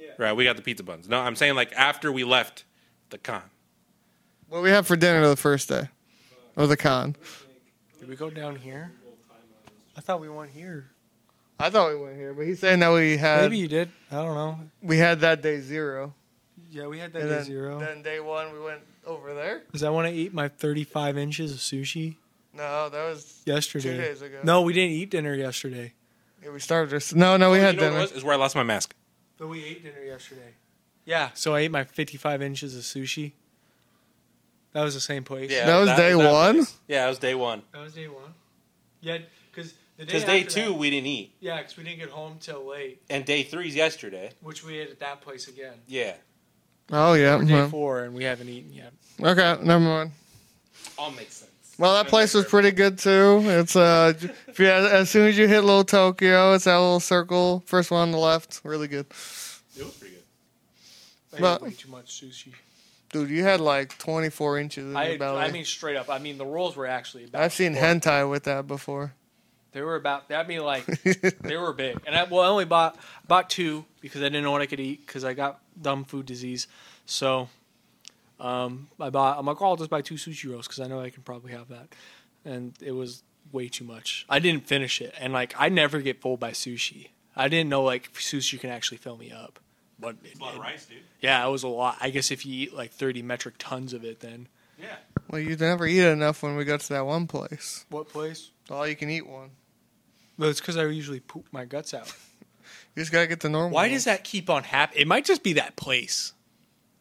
[SPEAKER 5] Yeah.
[SPEAKER 3] right? We got the pizza buns. No, I'm saying like after we left the con.
[SPEAKER 1] What we had for dinner the first day, or the con.
[SPEAKER 2] Did we go down here? I thought we went here.
[SPEAKER 1] I thought we went here, but he's saying that we had
[SPEAKER 2] Maybe you did. I don't know.
[SPEAKER 1] we had that day zero.
[SPEAKER 2] Yeah, we
[SPEAKER 1] And
[SPEAKER 2] had that day
[SPEAKER 1] then,
[SPEAKER 2] zero.
[SPEAKER 1] Then day one we went over there.
[SPEAKER 2] Because I want to eat my 35 inches of sushi
[SPEAKER 1] No, that was two
[SPEAKER 2] yesterday.
[SPEAKER 1] days ago.
[SPEAKER 2] No, we didn't eat dinner yesterday.
[SPEAKER 1] yeah, we started. This, no, no, we
[SPEAKER 3] Oh,
[SPEAKER 1] had
[SPEAKER 3] you know what it
[SPEAKER 1] dinner.
[SPEAKER 3] was? Is where I lost my mask.
[SPEAKER 2] But we ate dinner yesterday. Yeah, so I ate my 55 inches of sushi. That was the same place.
[SPEAKER 1] That was day one?
[SPEAKER 3] place. Yeah, that was day one.
[SPEAKER 2] That was day one. Yeah, because the day
[SPEAKER 3] Because day
[SPEAKER 2] after
[SPEAKER 3] two
[SPEAKER 2] That,
[SPEAKER 3] we didn't eat,
[SPEAKER 2] yeah, because we didn't get home till late,
[SPEAKER 3] and day three's yesterday.
[SPEAKER 2] which we ate at that place again.
[SPEAKER 3] Yeah.
[SPEAKER 1] Oh yeah.
[SPEAKER 2] Or day
[SPEAKER 1] well,
[SPEAKER 2] four, and we haven't eaten yet.
[SPEAKER 1] Okay, never mind.
[SPEAKER 3] All makes sense.
[SPEAKER 1] Well, that place was pretty good too. It's uh, j- if you, as soon as you hit Little Tokyo, it's that little circle, first one on the left, really good.
[SPEAKER 3] It was pretty good.
[SPEAKER 2] I
[SPEAKER 1] Well-
[SPEAKER 2] ate way too much sushi.
[SPEAKER 1] Dude, you had like 24 inches in
[SPEAKER 2] I,
[SPEAKER 1] your
[SPEAKER 2] ate-
[SPEAKER 1] belly.
[SPEAKER 2] I mean, straight up. I mean, the rolls were actually. About
[SPEAKER 1] I've seen
[SPEAKER 2] four.
[SPEAKER 1] hentai with that before.
[SPEAKER 2] They were about. I mean, like they were big, and I well, I only bought bought two because I didn't know what I could eat because I got dumb food disease. So, um, I bought. I'm like, oh, I'll just buy two sushi rolls because I know I can probably have that, and it was way too much. I didn't finish it, and like I never get full by sushi. I didn't know like sushi can actually fill me up, but it-
[SPEAKER 3] A lot of
[SPEAKER 2] it-
[SPEAKER 3] rice, dude.
[SPEAKER 2] yeah, it was a lot. I guess if you eat like 30 metric tons of it, then
[SPEAKER 3] Yeah.
[SPEAKER 1] Well, you never eat enough when we got to that one place.
[SPEAKER 2] what place?
[SPEAKER 1] All you can eat one.
[SPEAKER 2] Well, it's because I usually poop my guts out.
[SPEAKER 1] You just gotta get the normal.
[SPEAKER 2] Why
[SPEAKER 1] one.
[SPEAKER 2] does that keep on happening? It might just be that place.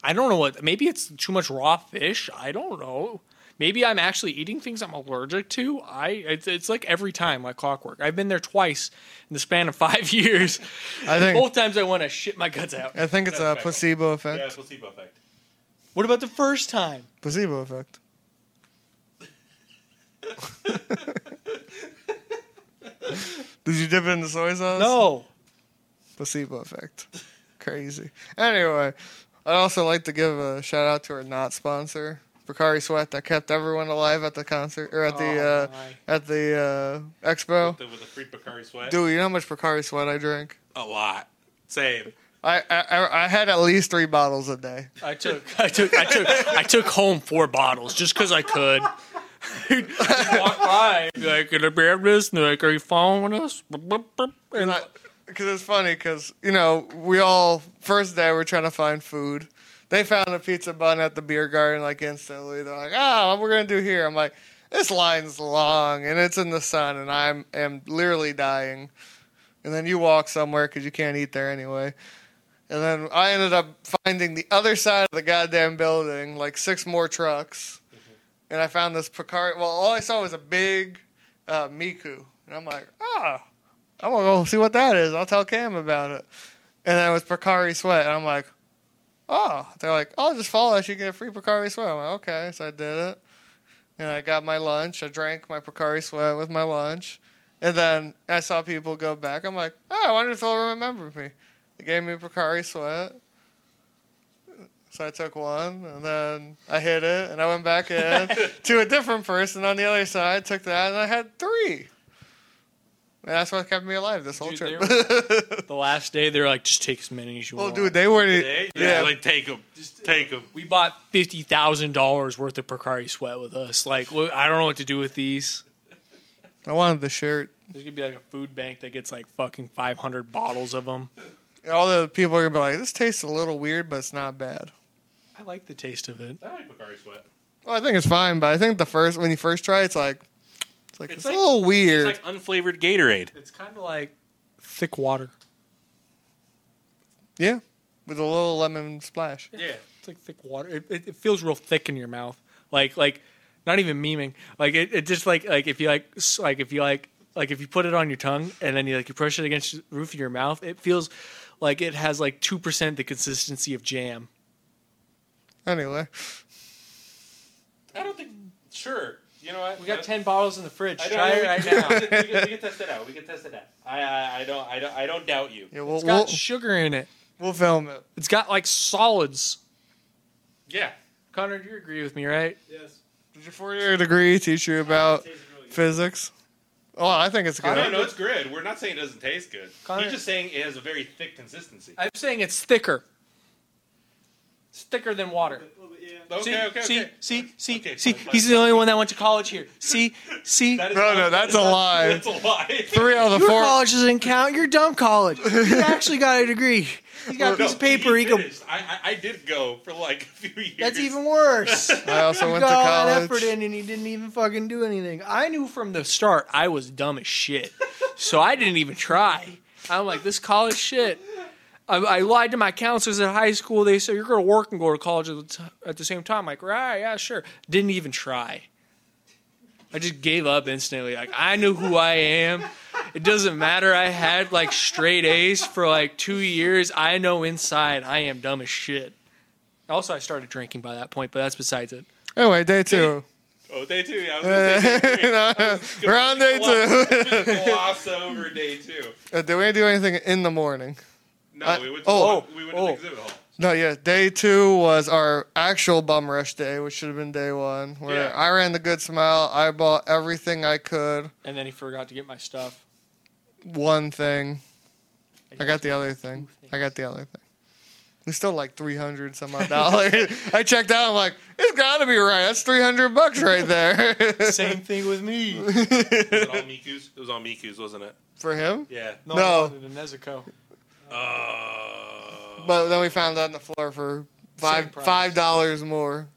[SPEAKER 2] I don't know what. Maybe it's too much raw fish. I don't know. Maybe I'm actually eating things I'm allergic to. I it's, it's like every time, like clockwork. I've been there twice in the span of five years.
[SPEAKER 1] I think-
[SPEAKER 2] both times I want to shit my guts out.
[SPEAKER 1] I think it's a placebo effect.
[SPEAKER 3] Yeah, placebo effect.
[SPEAKER 2] What about the first time?
[SPEAKER 1] Placebo effect. Did you dip it in the soy sauce?
[SPEAKER 2] No,
[SPEAKER 1] Placebo effect. Crazy. Anyway, I'd also like to give a shout out to our not sponsor, Bakari Sweat, that kept everyone alive at the concert or at the
[SPEAKER 2] Oh, my.
[SPEAKER 1] uh, at the uh, expo.
[SPEAKER 3] With, the, with the free Picari sweat.
[SPEAKER 1] Dude, you know how much Bakari Sweat I drink?
[SPEAKER 3] A lot. Same.
[SPEAKER 1] I, I I- I had at least three bottles a day.
[SPEAKER 2] I took I took I took I took home four bottles just because I could. Walk by, be like, can I grab this? And they're like, are you following us? And I,
[SPEAKER 1] Because it's funny, because, you know, we all, first day, we're trying to find food. They found a pizza bun at the beer garden, like, instantly. They're like, oh, we're going to do here. I'm like, this line's long, and it's in the sun, and I am am literally dying. And then you walk somewhere because you can't eat there anyway. And then I ended up finding the other side of the goddamn building, like six more trucks. And I found this Picard. Well, all I saw was a big uh, Miku. And I'm like, ah, I'm gonna go see what that is. I'll tell Cam about it. And then it was Picari Sweat, and I'm like, oh. They're like, I'll just follow us. You get a free Picari Sweat. I'm like, okay. So I did it. and I got my lunch. I drank my Pocari Sweat with my lunch, and then I saw people go back. I'm like, oh, I wonder if they'll remember me. They gave me Pocari Sweat, so I took one, and then I hid it, and I went back in to a different person on the other side. Took that, and I had three. And that's what kept me alive this whole
[SPEAKER 2] Dude,
[SPEAKER 1] trip.
[SPEAKER 2] The last day, they're like, just take as many as you
[SPEAKER 1] well,
[SPEAKER 2] want.
[SPEAKER 1] dude, they weren't.
[SPEAKER 4] Today?
[SPEAKER 1] Yeah.
[SPEAKER 4] like take them, take them.
[SPEAKER 2] we bought fifty thousand dollars worth of Pocari Sweat with us. Like, wh- I don't know what to do with these.
[SPEAKER 1] e-, I wanted the shirt.
[SPEAKER 2] There's gonna be like a food bank that gets like fucking five hundred bottles of them.
[SPEAKER 1] All the people are gonna be like, "This tastes a little weird, but it's not bad."
[SPEAKER 2] I like the taste of it.
[SPEAKER 4] I like Pocari Sweat.
[SPEAKER 1] Well, I think it's fine, but I think the first when you first try, it's like, it's like it's,
[SPEAKER 4] It's
[SPEAKER 1] a
[SPEAKER 4] like-
[SPEAKER 1] little
[SPEAKER 4] It's
[SPEAKER 1] weird.
[SPEAKER 4] like unflavored Gatorade.
[SPEAKER 2] It's kind of like thick water.
[SPEAKER 1] yeah, with a little lemon splash.
[SPEAKER 4] Yeah,
[SPEAKER 2] It's like thick water. It, it, it feels real thick in your mouth. Like like not even memeing. Like it, it just like like if you like s- like if you like like if you put it on your tongue and then you like you push it against the roof of your mouth, it feels like it has like two percent the consistency of jam.
[SPEAKER 1] Anyway,
[SPEAKER 4] I don't think. Sure, you know what?
[SPEAKER 2] We got
[SPEAKER 4] Yeah.
[SPEAKER 2] ten bottles in the fridge.
[SPEAKER 4] I don't-
[SPEAKER 2] Try it
[SPEAKER 4] we-
[SPEAKER 2] right
[SPEAKER 4] we
[SPEAKER 2] now.
[SPEAKER 4] can- we, can, we can test it out. We can test it out. I, I, I don't, I don't, I don't doubt you.
[SPEAKER 1] yeah, we'll
[SPEAKER 2] It's got
[SPEAKER 1] we'll,
[SPEAKER 2] sugar in it.
[SPEAKER 1] we'll film it.
[SPEAKER 2] It's got like solids.
[SPEAKER 4] Yeah,
[SPEAKER 2] Connor, you agree with me, right?
[SPEAKER 5] Yes.
[SPEAKER 1] Did your four-year degree teach you about
[SPEAKER 5] It tastes really good.
[SPEAKER 1] physics? Oh, I think it's
[SPEAKER 4] no,
[SPEAKER 1] good.
[SPEAKER 4] no, it's good. We're not saying it doesn't taste good.
[SPEAKER 2] Connor-
[SPEAKER 4] He's just saying it has a very thick consistency.
[SPEAKER 2] I'm saying it's thicker. It's thicker than water.
[SPEAKER 5] A little bit, yeah.
[SPEAKER 4] Okay,
[SPEAKER 2] See,
[SPEAKER 4] okay,
[SPEAKER 2] see,
[SPEAKER 4] okay.
[SPEAKER 2] see, see,
[SPEAKER 4] Okay,
[SPEAKER 2] see.
[SPEAKER 4] fine,
[SPEAKER 2] He's
[SPEAKER 4] fine.
[SPEAKER 2] the only one that went to college here. See, see.
[SPEAKER 4] That is
[SPEAKER 1] No,
[SPEAKER 4] not-
[SPEAKER 1] no, that's
[SPEAKER 4] that is
[SPEAKER 1] a
[SPEAKER 4] not-
[SPEAKER 1] lie.
[SPEAKER 4] That's a lie.
[SPEAKER 1] Three out of the
[SPEAKER 2] Your
[SPEAKER 1] four.
[SPEAKER 2] college doesn't count. You're dumb college. You actually got a degree. He's got a piece of paper.
[SPEAKER 4] He
[SPEAKER 2] He can,
[SPEAKER 4] finished. I, I, I did go for like a few years.
[SPEAKER 2] that's even worse.
[SPEAKER 1] I also
[SPEAKER 2] You
[SPEAKER 1] went to
[SPEAKER 2] got all that effort
[SPEAKER 1] college.
[SPEAKER 2] in and he didn't even fucking do anything. I knew from the start I was dumb as shit, so I didn't even try. I'm like this college shit. I, I lied to my counselors at high school. They said you're going to work and go to college at the, t- at the same time. I'm like right, yeah, sure. Didn't even try. I just gave up instantly. Like I knew who I am. It doesn't matter. I had like straight A's for like two years. I know inside I am dumb as shit. Also, I started drinking by that point, but that's besides it.
[SPEAKER 1] Anyway, day two.
[SPEAKER 4] Oh, day two. Yeah, I was
[SPEAKER 1] Uh,
[SPEAKER 4] gonna say day three.
[SPEAKER 1] We're on day two.
[SPEAKER 4] Gloss over day two.
[SPEAKER 1] Uh, Did we do anything in the morning?
[SPEAKER 4] No,
[SPEAKER 1] Uh,
[SPEAKER 4] we went to,
[SPEAKER 1] oh,
[SPEAKER 4] the, we went to
[SPEAKER 2] oh.
[SPEAKER 4] the exhibit hall.
[SPEAKER 1] No, yeah. Day two was our actual bum rush day, which should have been day one, where
[SPEAKER 4] Yeah.
[SPEAKER 1] I ran the good smile. I bought everything I could.
[SPEAKER 2] And then he forgot to get my stuff.
[SPEAKER 1] One thing. I got the other thing. I got the other thing. We still like three hundred some odd dollars. I checked out. I'm like, it's got to be right. That's three hundred bucks right there
[SPEAKER 2] Same thing with me.
[SPEAKER 4] Was it all Miku's? It was all Miku's, wasn't it?
[SPEAKER 1] for him.
[SPEAKER 4] Yeah.
[SPEAKER 2] No,
[SPEAKER 1] No.
[SPEAKER 2] I wanted a Nezuko.
[SPEAKER 4] Oh.
[SPEAKER 1] But then we found that on the floor for
[SPEAKER 2] Same
[SPEAKER 1] five
[SPEAKER 2] price.
[SPEAKER 1] five dollars more.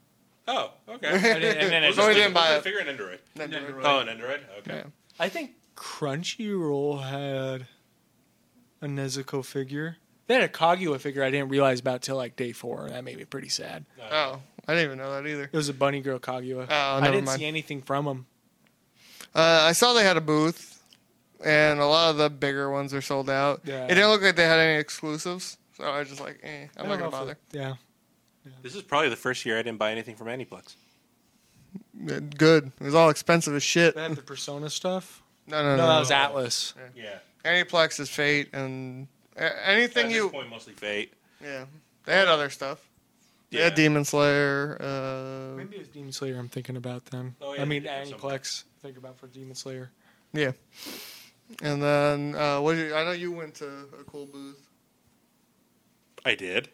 [SPEAKER 4] oh, okay.
[SPEAKER 2] I didn't- and then I
[SPEAKER 4] Was
[SPEAKER 1] So
[SPEAKER 4] it-
[SPEAKER 1] we
[SPEAKER 2] just-
[SPEAKER 1] didn't buy
[SPEAKER 4] was
[SPEAKER 1] it.
[SPEAKER 4] Figure an Android.
[SPEAKER 1] Then
[SPEAKER 2] Never
[SPEAKER 1] we-
[SPEAKER 2] mind.
[SPEAKER 4] Oh, an Android. Okay.
[SPEAKER 1] Yeah.
[SPEAKER 2] I think Crunchyroll had a Nezuko figure. They had a Kaguya figure I didn't realize about till like day four, and that made me pretty sad.
[SPEAKER 1] Oh, I didn't even know that either.
[SPEAKER 2] It was a bunny girl Kaguya.
[SPEAKER 1] Oh,
[SPEAKER 2] I
[SPEAKER 1] never
[SPEAKER 2] didn't
[SPEAKER 1] mind.
[SPEAKER 2] see anything from him.
[SPEAKER 1] Uh, I saw they had a booth, and a lot of the bigger ones are sold out.
[SPEAKER 2] Yeah.
[SPEAKER 1] It didn't look like they had any exclusives, so I was just like, eh, I'm
[SPEAKER 2] I
[SPEAKER 1] not
[SPEAKER 2] don't
[SPEAKER 1] gonna
[SPEAKER 2] know if
[SPEAKER 1] bother.
[SPEAKER 2] it- Yeah.
[SPEAKER 4] This is probably the first year I didn't buy anything from Aniplex.
[SPEAKER 1] Yeah, Good. It was all expensive as shit.
[SPEAKER 2] They had the Persona stuff.
[SPEAKER 1] No, no,
[SPEAKER 2] No, that
[SPEAKER 1] no.
[SPEAKER 2] was Atlas.
[SPEAKER 4] Yeah.
[SPEAKER 1] Aniplex is Fate, and a- anything
[SPEAKER 4] At
[SPEAKER 1] you.
[SPEAKER 4] this point, mostly Fate.
[SPEAKER 1] Yeah, they had other stuff. They had Demon Slayer. Uh,
[SPEAKER 2] Maybe it was Demon Slayer I'm thinking about then.
[SPEAKER 4] Oh, yeah,
[SPEAKER 2] I mean,
[SPEAKER 4] they did some-
[SPEAKER 2] Aniplex. Think about for Demon Slayer.
[SPEAKER 1] yeah. And then uh, what? Did you, I know you went to a cool booth.
[SPEAKER 4] I did.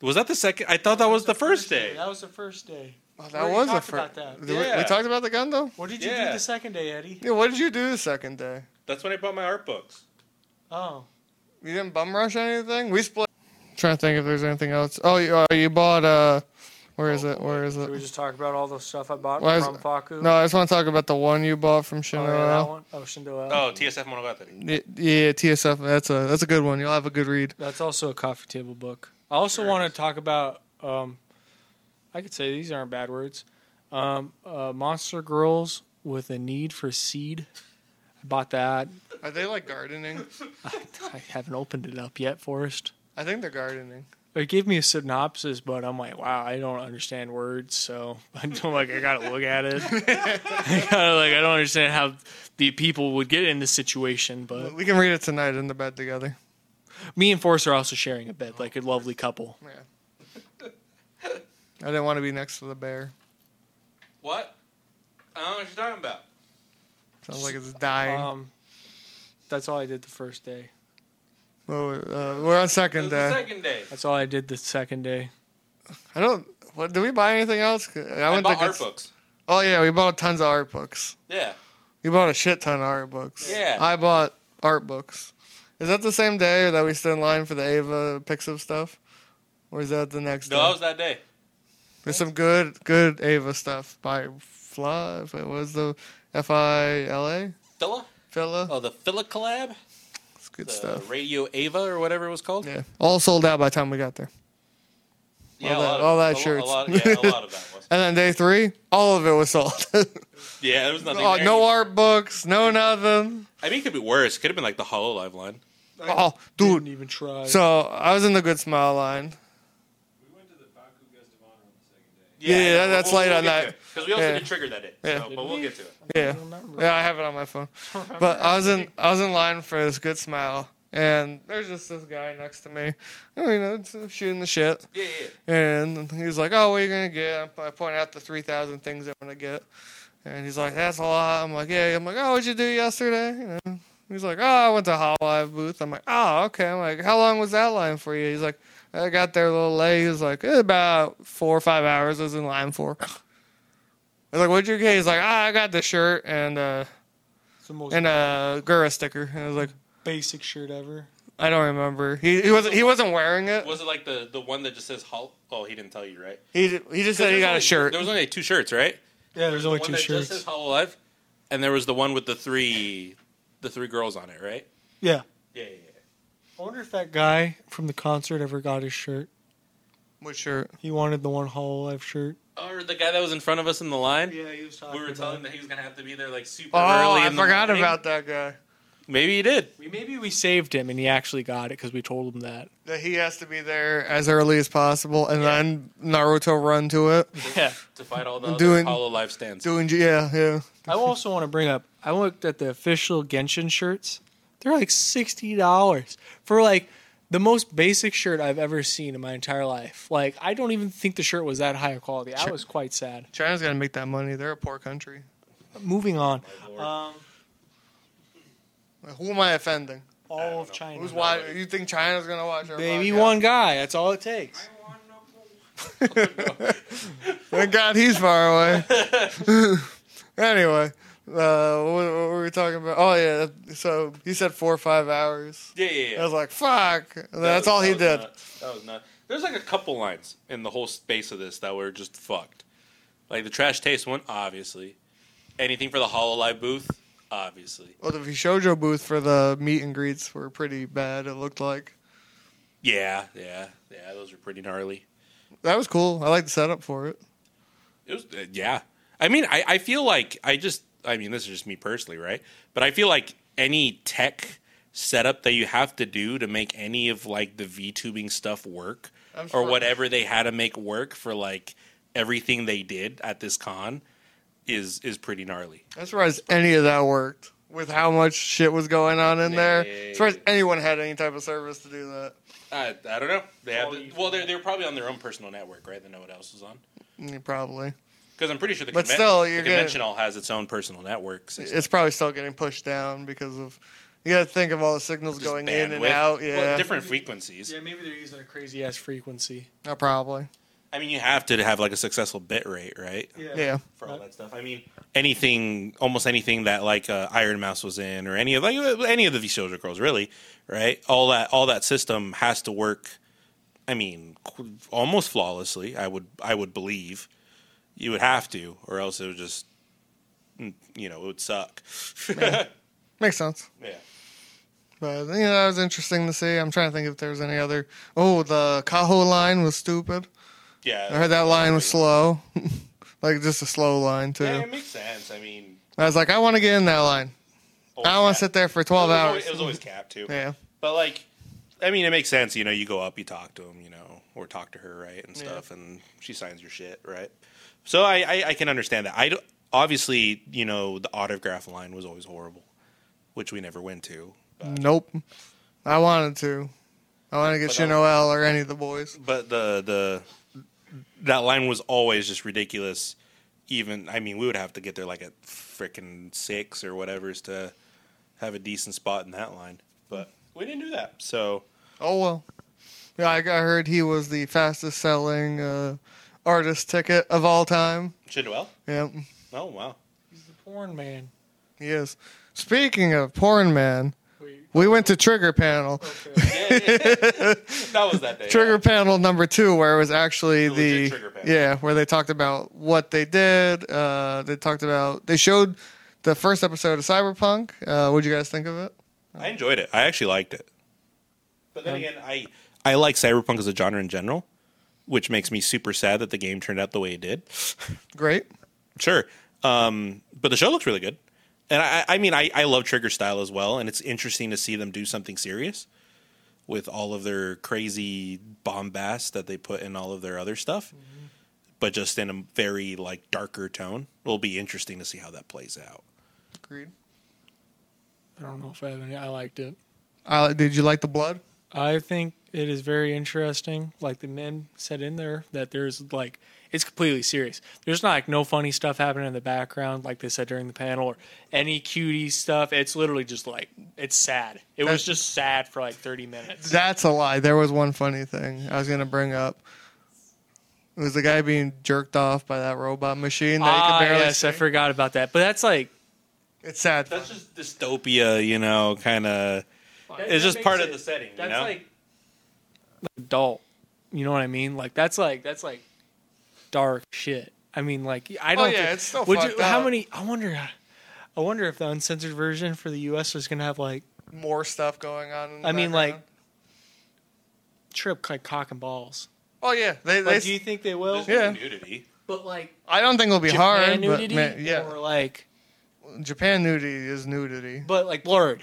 [SPEAKER 4] Was that the second? I thought that was the first day.
[SPEAKER 2] That was the first day.
[SPEAKER 1] Oh,
[SPEAKER 2] We
[SPEAKER 1] that
[SPEAKER 2] already
[SPEAKER 1] was a
[SPEAKER 2] talked
[SPEAKER 1] first.
[SPEAKER 2] about that.
[SPEAKER 1] We,
[SPEAKER 4] Yeah.
[SPEAKER 1] talked about the gun though.
[SPEAKER 2] What did
[SPEAKER 4] you do Yeah. the
[SPEAKER 2] second day, Eddie?
[SPEAKER 1] Yeah. What did you do the second day?
[SPEAKER 4] That's when I bought my art books.
[SPEAKER 2] Oh,
[SPEAKER 1] You didn't bum rush anything. We split. trying to think if there's anything else. Oh, you, uh, you bought. Uh, where is it? Where is
[SPEAKER 2] should we
[SPEAKER 1] it?
[SPEAKER 2] just talk about all the stuff I bought
[SPEAKER 1] Why is-
[SPEAKER 2] from Faku?
[SPEAKER 1] No, I just want to talk about the one you bought from
[SPEAKER 2] oh, yeah, that
[SPEAKER 1] Shinoa.
[SPEAKER 2] one. Oh, Shindel.
[SPEAKER 4] Oh, TSF Monogatari.
[SPEAKER 1] Y- Yeah, TSF. That's a that's a good one. You'll have a good read.
[SPEAKER 2] That's also a coffee table book. I also
[SPEAKER 4] Sure
[SPEAKER 2] want
[SPEAKER 4] is.
[SPEAKER 2] to talk about. Um, I could say these aren't bad words. Um, uh, Monster Girls with a need for seed. I bought that.
[SPEAKER 1] Are they like gardening?
[SPEAKER 2] I haven't opened it up yet, Forrest.
[SPEAKER 1] I think they're gardening.
[SPEAKER 2] It gave me a synopsis, but I'm like, wow, I don't understand words, so I'm like, I gotta look at it. I gotta, like, I don't understand how the people would get in this situation, but
[SPEAKER 1] Uh, We can read it tonight in the bed together.
[SPEAKER 2] me and Forrest are also sharing a bed, like a lovely couple.
[SPEAKER 1] I didn't want to be next to the bear.
[SPEAKER 4] What? I don't know what you're talking about.
[SPEAKER 1] Sounds like it's dying.
[SPEAKER 2] Um, that's all I did the first day.
[SPEAKER 1] oh, uh, we're on
[SPEAKER 4] It was
[SPEAKER 1] second
[SPEAKER 4] the
[SPEAKER 1] day.
[SPEAKER 4] second day.
[SPEAKER 2] That's all I did the second day.
[SPEAKER 1] I don't. What, did we buy anything else? 'Cause I,
[SPEAKER 4] I
[SPEAKER 1] wouldn't
[SPEAKER 4] bought
[SPEAKER 1] think
[SPEAKER 4] art
[SPEAKER 1] it's-
[SPEAKER 4] books.
[SPEAKER 1] Oh yeah, we bought tons of art books.
[SPEAKER 4] Yeah.
[SPEAKER 1] You bought a shit ton of art books.
[SPEAKER 4] Yeah.
[SPEAKER 1] I bought art books. Is that the same day that we stood in line for the Ava Pixiv stuff? Or is that the next
[SPEAKER 4] No,
[SPEAKER 1] day?
[SPEAKER 4] that was that day.
[SPEAKER 1] There's some good good Ava stuff by Fly. If it was the F I L A
[SPEAKER 4] Phila?
[SPEAKER 1] Fella.
[SPEAKER 4] Oh, the Phila collab?
[SPEAKER 1] it's good
[SPEAKER 4] The
[SPEAKER 1] stuff.
[SPEAKER 4] Radio Ava or whatever it was called?
[SPEAKER 1] Yeah, all sold out by the time we got there.
[SPEAKER 4] Yeah,
[SPEAKER 1] All
[SPEAKER 4] a
[SPEAKER 1] that-
[SPEAKER 4] lot of,
[SPEAKER 1] all that
[SPEAKER 4] a,
[SPEAKER 1] shirts.
[SPEAKER 4] A lot, yeah, a lot of that was.
[SPEAKER 1] And then day three, all of it was sold.
[SPEAKER 4] Yeah, there was nothing.
[SPEAKER 1] Oh,
[SPEAKER 4] there.
[SPEAKER 1] no art books, no nothing.
[SPEAKER 4] I mean, it could be worse. It could have been like the Hollow Live line.
[SPEAKER 1] Oh,
[SPEAKER 2] Didn't
[SPEAKER 1] dude.
[SPEAKER 2] even try.
[SPEAKER 1] So I was in the Good Smile line.
[SPEAKER 5] We went to the Baku Guest of Honor on the second day.
[SPEAKER 1] Yeah, that- that's late on that.
[SPEAKER 4] Because we also
[SPEAKER 1] Yeah.
[SPEAKER 4] did Trigger that day.
[SPEAKER 1] Yeah.
[SPEAKER 4] So, but we'll get to it.
[SPEAKER 1] Yeah. Yeah, I have it on my phone. But I was in I was in line for this good smile, and there's just this guy next to me, Oh, you know, just shooting the shit,
[SPEAKER 4] Yeah, yeah.
[SPEAKER 1] and he was like, "Oh, what are you gonna get?" I point out the three thousand things I'm gonna get, and he's like, "That's a lot." I'm like, "Yeah." I'm like, "Oh, what'd you do yesterday?" You know. He's like, "Oh, I went to Hot Live booth." I'm like, "Oh, okay." I'm like, "How long was that line for you?" He's like, "I got there a little late." He was like, "Eh, "About four or five hours." I was in line for. I was like, "What'd you get?" He's like, "Ah, I got the shirt and." uh
[SPEAKER 2] It's the most
[SPEAKER 1] and a Gura sticker. And I was like,
[SPEAKER 2] basic shirt ever.
[SPEAKER 1] I don't remember. He, he wasn't he wasn't wearing it.
[SPEAKER 4] Was it like the, the one that just says Hollow? Oh, he didn't tell you, right?
[SPEAKER 1] He he just said he
[SPEAKER 4] There's
[SPEAKER 1] got
[SPEAKER 4] only-
[SPEAKER 1] a shirt.
[SPEAKER 4] There was only two shirts, right?
[SPEAKER 2] Yeah, there's only
[SPEAKER 4] one
[SPEAKER 2] two
[SPEAKER 4] that just
[SPEAKER 2] shirts.
[SPEAKER 4] says Hollow Live, and there was the one with the three the three girls on it, right?
[SPEAKER 2] Yeah.
[SPEAKER 4] Yeah, yeah,
[SPEAKER 2] I wonder if that guy from the concert ever got his shirt.
[SPEAKER 1] What shirt?
[SPEAKER 2] He wanted the one Hollow Life shirt.
[SPEAKER 4] yeah. Or the guy that was in front of us in the line.
[SPEAKER 2] he was talking.
[SPEAKER 4] We were telling him that he was gonna have to be there like super
[SPEAKER 1] Oh,
[SPEAKER 4] early.
[SPEAKER 1] I
[SPEAKER 4] in the
[SPEAKER 1] forgot
[SPEAKER 4] morning.
[SPEAKER 1] about that guy.
[SPEAKER 4] Maybe he did.
[SPEAKER 2] We maybe we saved him and he actually got it because we told him that.
[SPEAKER 1] That he has to be there as early as possible, and then Naruto run to it.
[SPEAKER 2] Yeah.
[SPEAKER 4] To fight all the
[SPEAKER 1] I'm
[SPEAKER 4] other
[SPEAKER 1] doing-
[SPEAKER 4] Hollow Live stands.
[SPEAKER 1] Doing yeah yeah.
[SPEAKER 2] I also want to bring up. I looked at the official Genshin shirts. They're like sixty dollars for like the most basic shirt I've ever seen in my entire life. Like I don't even think the shirt was that high a quality. I
[SPEAKER 1] Sure.
[SPEAKER 2] was quite sad.
[SPEAKER 1] China's gonna make that money. They're a poor country.
[SPEAKER 2] Moving on. Um,
[SPEAKER 1] Like, who am I offending?
[SPEAKER 2] all of China.
[SPEAKER 1] Who's why? You think China's gonna watch our
[SPEAKER 2] Baby,
[SPEAKER 1] podcast?
[SPEAKER 2] one guy. That's all it takes.
[SPEAKER 1] Thank God he's far away. anyway, uh, what, what were we talking about? Oh yeah, so he said four or five hours.
[SPEAKER 4] Yeah, yeah, yeah.
[SPEAKER 1] I was like, fuck. And
[SPEAKER 4] That
[SPEAKER 1] That's
[SPEAKER 4] was-
[SPEAKER 1] all
[SPEAKER 4] that
[SPEAKER 1] he
[SPEAKER 4] was
[SPEAKER 1] did.
[SPEAKER 4] nuts. That was nuts. There's like a couple lines in the whole space of this that were just fucked. Like the trash taste one, obviously. Anything for the Hollow Live booth, obviously.
[SPEAKER 1] Well, the Vishojo booth for the meet and greets were pretty bad, it looked like.
[SPEAKER 4] Yeah, yeah, yeah. Those are pretty gnarly.
[SPEAKER 1] That was cool. I like the setup for it.
[SPEAKER 4] It was, uh, yeah. I mean, I, I feel like I just, I mean, this is just me personally, right? But I feel like any tech setup that you have to do to make any of like the VTubing stuff work
[SPEAKER 1] I'm
[SPEAKER 4] or
[SPEAKER 1] sure.
[SPEAKER 4] whatever they had to make work for like everything they did at this con is is pretty gnarly.
[SPEAKER 1] I'm surprised any of that worked with how much shit was going on in there.
[SPEAKER 4] Yeah.
[SPEAKER 1] As far as anyone had any type of service to do that.
[SPEAKER 4] I, I don't know. They have,
[SPEAKER 2] All you-
[SPEAKER 4] well, they're, they're probably on their own personal network, right? They know what else is on.
[SPEAKER 1] Mm, Probably.
[SPEAKER 4] Because I'm pretty sure the,
[SPEAKER 1] But
[SPEAKER 4] conven-
[SPEAKER 1] still,
[SPEAKER 4] the
[SPEAKER 1] you're gonna-
[SPEAKER 4] convention hall has its own personal networks.
[SPEAKER 1] It's probably still getting pushed down because of. You gotta think of all the signals going in and out. Yeah.
[SPEAKER 4] different frequencies.
[SPEAKER 2] maybe they're using a crazy ass frequency.
[SPEAKER 1] No, probably.
[SPEAKER 4] I mean, you have to have like a successful bit rate, right?
[SPEAKER 1] Yeah.
[SPEAKER 4] For
[SPEAKER 2] all
[SPEAKER 4] all that stuff. I mean, anything, almost anything that like uh, Iron Mouse was in, or any of like uh, any of the V Soldier girls, really, right? All that all that system has to work. I mean, qu- almost flawlessly. I would I would believe you would have to, or else it would just, mm, you know, it would suck. yeah.
[SPEAKER 1] Makes sense. But you know, that was interesting to see. I'm trying to think if there was any other. Oh, the Kaho line was stupid.
[SPEAKER 4] Yeah.
[SPEAKER 1] I heard that line was slow, like just a slow line too.
[SPEAKER 4] Yeah, it makes sense. I mean,
[SPEAKER 1] I was like, I want to get in that line. I don't want to sit there for 12
[SPEAKER 4] Oh, It was
[SPEAKER 1] hours.
[SPEAKER 4] always- It was always capped too.
[SPEAKER 1] yeah,
[SPEAKER 4] But like, I mean, it makes sense. You know, you go up, you talk to them. You know, or talk to her, right, and
[SPEAKER 2] Yeah.
[SPEAKER 4] stuff, and she signs your shit, right. So I, I, I can understand that. I don't- obviously, you know, the autograph line was always horrible, which we never went to.
[SPEAKER 1] Nope. I wanted to. I want to get
[SPEAKER 4] But,
[SPEAKER 1] you
[SPEAKER 4] um,
[SPEAKER 1] Noel or any of the boys.
[SPEAKER 4] But the the that line was always just ridiculous. Even I mean, we would have to get there like at freaking six or whatever's to have a decent spot in that line. But we didn't do that, so
[SPEAKER 1] Oh well. Yeah, I got- I heard he was the fastest selling uh, artist ticket of all time.
[SPEAKER 4] Chidwell.
[SPEAKER 1] Yep,
[SPEAKER 4] Oh wow.
[SPEAKER 2] He's the porn man.
[SPEAKER 1] he is. Speaking of porn man,
[SPEAKER 2] Wait,
[SPEAKER 1] we went to Trigger Panel.
[SPEAKER 2] okay.
[SPEAKER 4] Yeah, yeah. that was that day.
[SPEAKER 1] Trigger Panel number two, where it was actually
[SPEAKER 4] The
[SPEAKER 1] the
[SPEAKER 4] legit Trigger Panel.
[SPEAKER 1] yeah, where they talked about what they did. Uh, they talked about they showed the first episode of Cyberpunk. Uh, what'd you guys think of it?
[SPEAKER 4] I enjoyed it. I actually liked it. But
[SPEAKER 2] Um,
[SPEAKER 4] then again, I I like cyberpunk as a genre in general, which makes me super sad that the game turned out the way it did.
[SPEAKER 1] Great.
[SPEAKER 4] Sure, um, but the show looks really good, and I I mean I I love Trigger style as well, and it's interesting to see them do something serious with all of their crazy bombast that they put in all of their other stuff,
[SPEAKER 2] Mm-hmm.
[SPEAKER 4] but just in a very like darker tone. It'll be interesting to see how that plays out.
[SPEAKER 1] Agreed.
[SPEAKER 2] I don't know if I have any. I liked it.
[SPEAKER 1] Uh, did you like the blood?
[SPEAKER 2] I think it is very interesting. Like the men said in there that there's like it's completely serious. There's not like no funny stuff happening in the background, like they said during the panel, or any cutie stuff. It's literally just like it's sad. It was
[SPEAKER 1] That's-
[SPEAKER 2] just sad for like 30 minutes.
[SPEAKER 1] That's a lie. There was one funny thing I was gonna bring up. It was the guy being jerked off by that robot machine that he
[SPEAKER 2] Ah,
[SPEAKER 1] could barely.
[SPEAKER 2] yes, I
[SPEAKER 1] see.
[SPEAKER 2] forgot about that. But that's like
[SPEAKER 1] It's sad.
[SPEAKER 4] That's just dystopia, you know, kind of.
[SPEAKER 2] that
[SPEAKER 4] It's just
[SPEAKER 2] makes
[SPEAKER 4] part
[SPEAKER 2] it-
[SPEAKER 4] of the setting, you
[SPEAKER 2] That's
[SPEAKER 4] know.
[SPEAKER 2] like adult. You know what I mean? Like that's like that's like dark shit. I mean, like I
[SPEAKER 1] Oh,
[SPEAKER 2] don't.
[SPEAKER 1] yeah,
[SPEAKER 2] think-
[SPEAKER 1] it's still
[SPEAKER 2] would
[SPEAKER 1] fucked
[SPEAKER 2] you, How
[SPEAKER 1] up.
[SPEAKER 2] many? I wonder. I wonder if the uncensored version for the U.S. is gonna have like
[SPEAKER 1] More stuff going on. In the
[SPEAKER 2] I mean, like-
[SPEAKER 1] background.
[SPEAKER 2] trip like cock and balls.
[SPEAKER 1] Oh yeah, they. they
[SPEAKER 2] Like, do you think they will?
[SPEAKER 1] Yeah.
[SPEAKER 4] nudity.
[SPEAKER 2] But like
[SPEAKER 1] I don't think it'll be hard,
[SPEAKER 2] Japan
[SPEAKER 1] but
[SPEAKER 2] nudity,
[SPEAKER 1] man, yeah,
[SPEAKER 2] or like
[SPEAKER 1] Japan nudity is nudity.
[SPEAKER 2] but like blurred.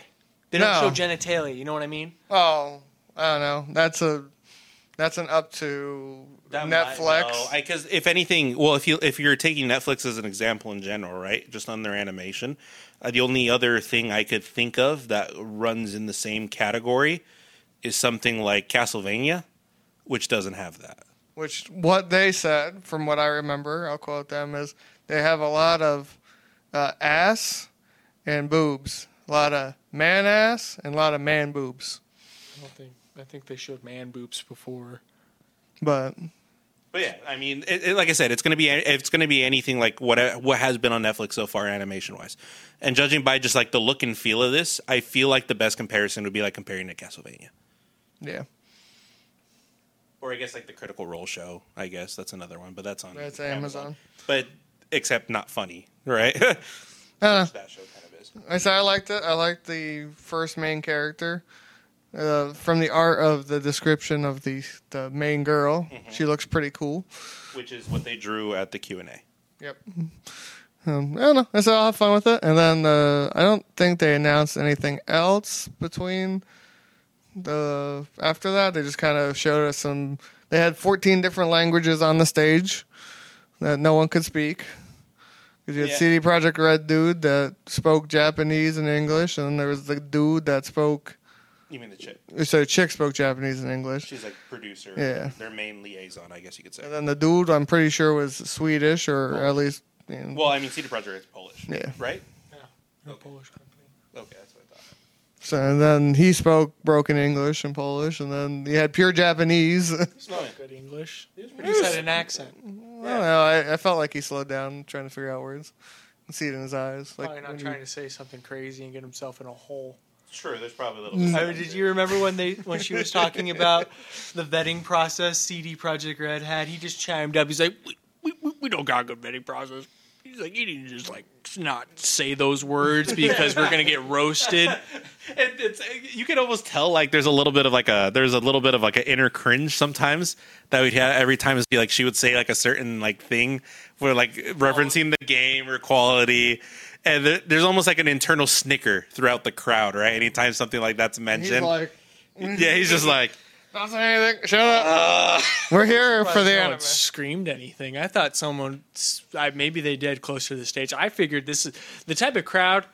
[SPEAKER 2] They don't
[SPEAKER 1] No.
[SPEAKER 2] show genitalia. You know what I mean?
[SPEAKER 1] Oh, I don't know. That's a that's an up to
[SPEAKER 4] might-
[SPEAKER 1] Netflix.
[SPEAKER 4] no, I because if anything, well, if you if you're taking Netflix as an example in general, right, just on their animation, uh, the only other thing I could think of that runs in the same category is something like Castlevania, which doesn't have that.
[SPEAKER 1] which what they said, from what I remember, I'll quote them is they have a lot of uh, ass and boobs, a lot of man ass and a lot of man boobs.
[SPEAKER 2] I don't think. I think they showed man boobs before.
[SPEAKER 1] But
[SPEAKER 4] But yeah, I mean, it, it- like I said, it's gonna be it's gonna be anything like what what has been on Netflix so far, animation wise, and judging by just like the look and feel of this, I feel like the best comparison would be like comparing to Castlevania.
[SPEAKER 1] yeah,
[SPEAKER 4] or I guess like the Critical Role show. I guess that's another one, but that's on
[SPEAKER 1] that's Amazon.
[SPEAKER 4] But except not funny, right?
[SPEAKER 1] Uh,
[SPEAKER 4] that show kind of is.
[SPEAKER 1] I said I liked it. I liked the first main character. Uh, from the art of the description of the the main girl, she looks pretty cool.
[SPEAKER 4] Which is what they drew at the Q and A.
[SPEAKER 1] Yep. Um, I don't know. I said I'll have fun with it, and then uh, I don't think they announced anything else between the after that. They just kind of showed us some. They had 14 different languages on the stage that no one could speak. Because you had
[SPEAKER 4] Yeah.
[SPEAKER 1] CD Project Red dude that spoke Japanese and English, and then there was the dude that spoke.
[SPEAKER 4] You mean the chick?
[SPEAKER 1] So the chick spoke Japanese and English,
[SPEAKER 4] She's like producer.
[SPEAKER 1] Yeah.
[SPEAKER 4] Their main liaison, I guess you could say.
[SPEAKER 1] and then the dude I'm pretty sure was Swedish or at least. You know,
[SPEAKER 4] well, I mean, CD Projekt is Polish.
[SPEAKER 1] Yeah.
[SPEAKER 4] Right.
[SPEAKER 2] They're a Polish company.
[SPEAKER 4] Okay, that's what I thought.
[SPEAKER 1] So and then he spoke broken English and Polish, and then he had pure Japanese. I
[SPEAKER 2] It's not good English.
[SPEAKER 4] pretty
[SPEAKER 2] He said an accent.
[SPEAKER 1] don't know. I, I felt like he slowed down trying to figure out words. You can see it in his eyes. Like
[SPEAKER 2] Probably not
[SPEAKER 1] when
[SPEAKER 2] trying to say something crazy and get himself in a hole.
[SPEAKER 4] Sure, there's probably a little. bit
[SPEAKER 2] I
[SPEAKER 4] of
[SPEAKER 2] mean,
[SPEAKER 4] that
[SPEAKER 2] did
[SPEAKER 4] too.
[SPEAKER 2] you remember when they when she was talking about the vetting process CD Project Red had? He just chimed up. He's like, we, we, we- we don't got a good vetting process. He's like, you need to just like not say those words because we're gonna get roasted.
[SPEAKER 4] it, it's you can almost tell like there's a little bit of like a there's a little bit of like an inner cringe sometimes that we'd have every time be like she would say like a certain like thing for like referencing the game or quality and there, there's almost like an internal snicker throughout the crowd right anytime something like that's
[SPEAKER 1] He's
[SPEAKER 4] mentioned
[SPEAKER 1] like,
[SPEAKER 4] yeah he's just like
[SPEAKER 1] Don't say anything. Shut up. Uh, We're here for the
[SPEAKER 2] no
[SPEAKER 1] anime.
[SPEAKER 2] one screamed anything. I thought someone, I, maybe they did closer to the stage. I figured this is the type of crowd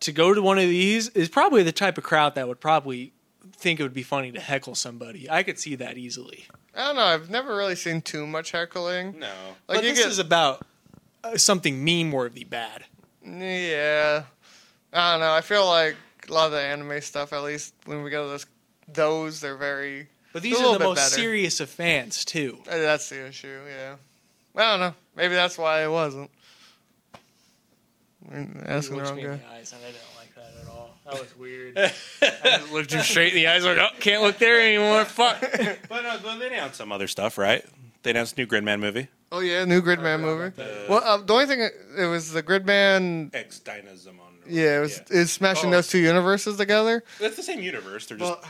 [SPEAKER 2] to go to one of these is probably the type of crowd that would probably think it would be funny to heckle somebody. I could see that easily.
[SPEAKER 1] I don't know. I've never really seen too much heckling.
[SPEAKER 4] No.
[SPEAKER 1] Like
[SPEAKER 2] but
[SPEAKER 1] you
[SPEAKER 2] this
[SPEAKER 1] get,
[SPEAKER 2] is about uh, something meme worthy bad.
[SPEAKER 1] yeah. I don't know. I feel like a lot of the anime stuff, at least when we go to those, those they're very.
[SPEAKER 2] But these
[SPEAKER 1] a
[SPEAKER 2] are
[SPEAKER 1] little
[SPEAKER 2] the
[SPEAKER 1] bit
[SPEAKER 2] most
[SPEAKER 1] better.
[SPEAKER 2] serious of fans too.
[SPEAKER 1] Uh, That's the issue. Yeah. I don't know. Maybe that's why it wasn't. Mm,
[SPEAKER 2] He
[SPEAKER 1] Asking the
[SPEAKER 2] looked
[SPEAKER 1] wrong
[SPEAKER 2] me in
[SPEAKER 1] guy.
[SPEAKER 2] the eyes, and I didn't like that at all. That was weird. I just looked you straight in the eyes, like, oh, can't look there anymore. Fuck.
[SPEAKER 4] But, uh, but they announced some other stuff, right? They announced a new Gridman movie.
[SPEAKER 1] Oh yeah, new Gridman movie. Well, uh, the only thing it was the Gridman.
[SPEAKER 4] Ex Dinazamon.
[SPEAKER 1] Yeah, it was it's smashing those two universes together.
[SPEAKER 4] That's the same universe. They're just.
[SPEAKER 1] Well,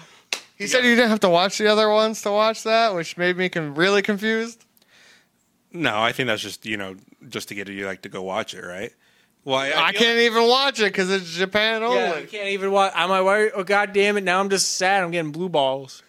[SPEAKER 1] he said you didn't have to watch the other ones to watch that, which made me con- really confused.
[SPEAKER 4] no, I think that's just you know just to get you like to go watch it, right? Well, I,
[SPEAKER 1] I
[SPEAKER 4] feel-
[SPEAKER 1] can't even watch it because it's Japan only.
[SPEAKER 2] Yeah, you can't even watch. I'm like, why- oh god damn it! Now I'm just sad. I'm getting blue balls.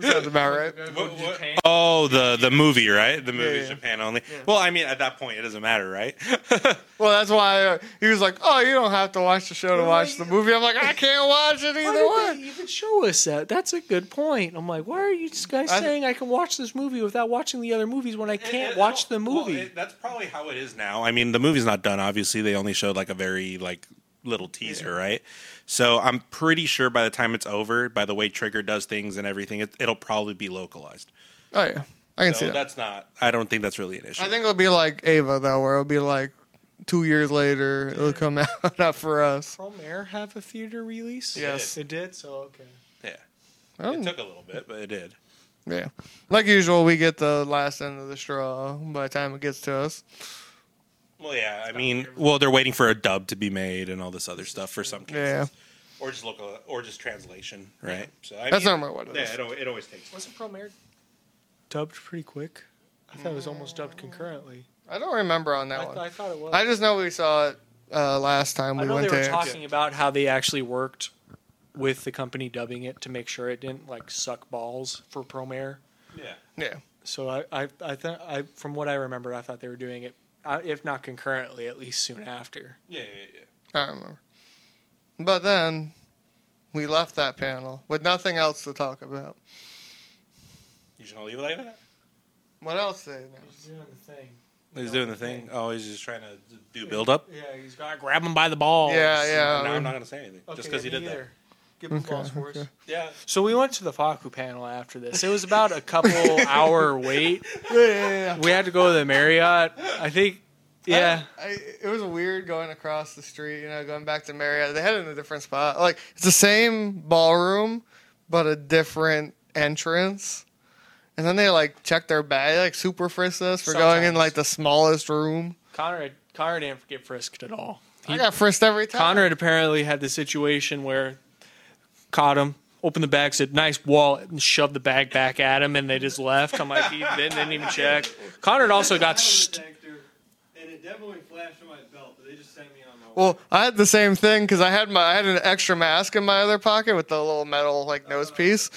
[SPEAKER 1] Sounds about right.
[SPEAKER 4] What- what- Oh, the the movie, right? The movie's
[SPEAKER 1] yeah.
[SPEAKER 4] Japan only. Well, I mean, at that point, it doesn't matter, right?
[SPEAKER 1] Well, that's why uh, he was like, "Oh, you don't have to watch the show to watch the movie." I'm like, I can't watch it
[SPEAKER 2] Why
[SPEAKER 1] either
[SPEAKER 2] did
[SPEAKER 1] way.
[SPEAKER 2] they even show us that? That's a good point. I'm like, why are you guys
[SPEAKER 1] I-
[SPEAKER 2] saying I can watch this movie without watching the other movies when I can't watch the
[SPEAKER 4] Well,
[SPEAKER 2] movie?
[SPEAKER 4] it- that's probably how it is now. I mean, the movie's not done. Obviously, they only showed like a very like little teaser, right? So I'm pretty sure by the time it's over, by the way Trigger does things and everything, it, it'll probably be localized.
[SPEAKER 1] Oh yeah, I can see
[SPEAKER 4] So
[SPEAKER 1] that.
[SPEAKER 4] that's not. I don't think that's really an issue.
[SPEAKER 1] I think it'll be like Ava though, where it'll be like two years later it'll come out, not for us.
[SPEAKER 2] From Air have a theater release?
[SPEAKER 1] Yes.
[SPEAKER 2] it did. So okay.
[SPEAKER 4] yeah,
[SPEAKER 1] Oh,
[SPEAKER 4] it took a little bit, but it did.
[SPEAKER 1] yeah, like usual, we get the last end of the straw by the time it gets to us.
[SPEAKER 4] Well, yeah. I mean, well, they're waiting for a dub to be made and all this other stuff for some cases,
[SPEAKER 1] Yeah,
[SPEAKER 4] or just local, or just translation, right? So I
[SPEAKER 1] that's
[SPEAKER 4] mean,
[SPEAKER 1] normally what it
[SPEAKER 4] Yeah,
[SPEAKER 1] is.
[SPEAKER 4] it, al- it always takes.
[SPEAKER 2] Wasn't From Air dubbed pretty quick? I thought it was almost dubbed concurrently.
[SPEAKER 1] I don't remember on that
[SPEAKER 2] I,
[SPEAKER 1] one.
[SPEAKER 2] th- I thought it was.
[SPEAKER 1] I just know we saw it uh, last time we
[SPEAKER 2] I know
[SPEAKER 1] went
[SPEAKER 2] they were
[SPEAKER 1] there.
[SPEAKER 2] talking about how they actually worked with the company dubbing it to make sure it didn't like suck balls for Promare.
[SPEAKER 4] Yeah.
[SPEAKER 1] yeah,
[SPEAKER 2] So I, I, I thought I, from what I remember, I thought they were doing it, uh, if not concurrently, at least soon after.
[SPEAKER 4] Yeah, yeah, yeah.
[SPEAKER 1] I remember. But then we left that panel with nothing else to talk about.
[SPEAKER 4] You should leave it like that.
[SPEAKER 1] What else they announced?
[SPEAKER 2] doing the thing.
[SPEAKER 4] He's doing the thing. Oh, he's just trying to do build up.
[SPEAKER 2] Yeah, he's got to grab him by the balls.
[SPEAKER 1] Yeah,
[SPEAKER 4] no,
[SPEAKER 1] yeah.
[SPEAKER 4] I'm not gonna say anything just because he did
[SPEAKER 2] Give him balls for us.
[SPEAKER 4] that. Yeah.
[SPEAKER 2] So we went to the Faku panel after this. It was about a couple hour wait.
[SPEAKER 1] yeah, yeah, yeah.
[SPEAKER 2] We had to go to the Marriott. I think, yeah.
[SPEAKER 1] I, it was weird going across the street, you know, going back to Marriott. They had it in a different spot. Like, it's the same ballroom, but a different entrance. And then they, like, checked their bag, like, super frisked us for going in,
[SPEAKER 2] Sometimes.
[SPEAKER 1] like, the smallest room.
[SPEAKER 2] Conrad, Conrad didn't get frisked at all.
[SPEAKER 1] I got frisked every time.
[SPEAKER 2] Conrad apparently had the situation where caught him, opened the bag, said nice wallet, and shoved the bag back at him, and they just left. I'm like, he didn't, didn't even check. Conrad also got. St-
[SPEAKER 5] and it definitely flashed on my belt, but they just sent me on my way.
[SPEAKER 1] Well, I had the same thing because I had my I had an extra mask in my other pocket with the little metal like nose piece,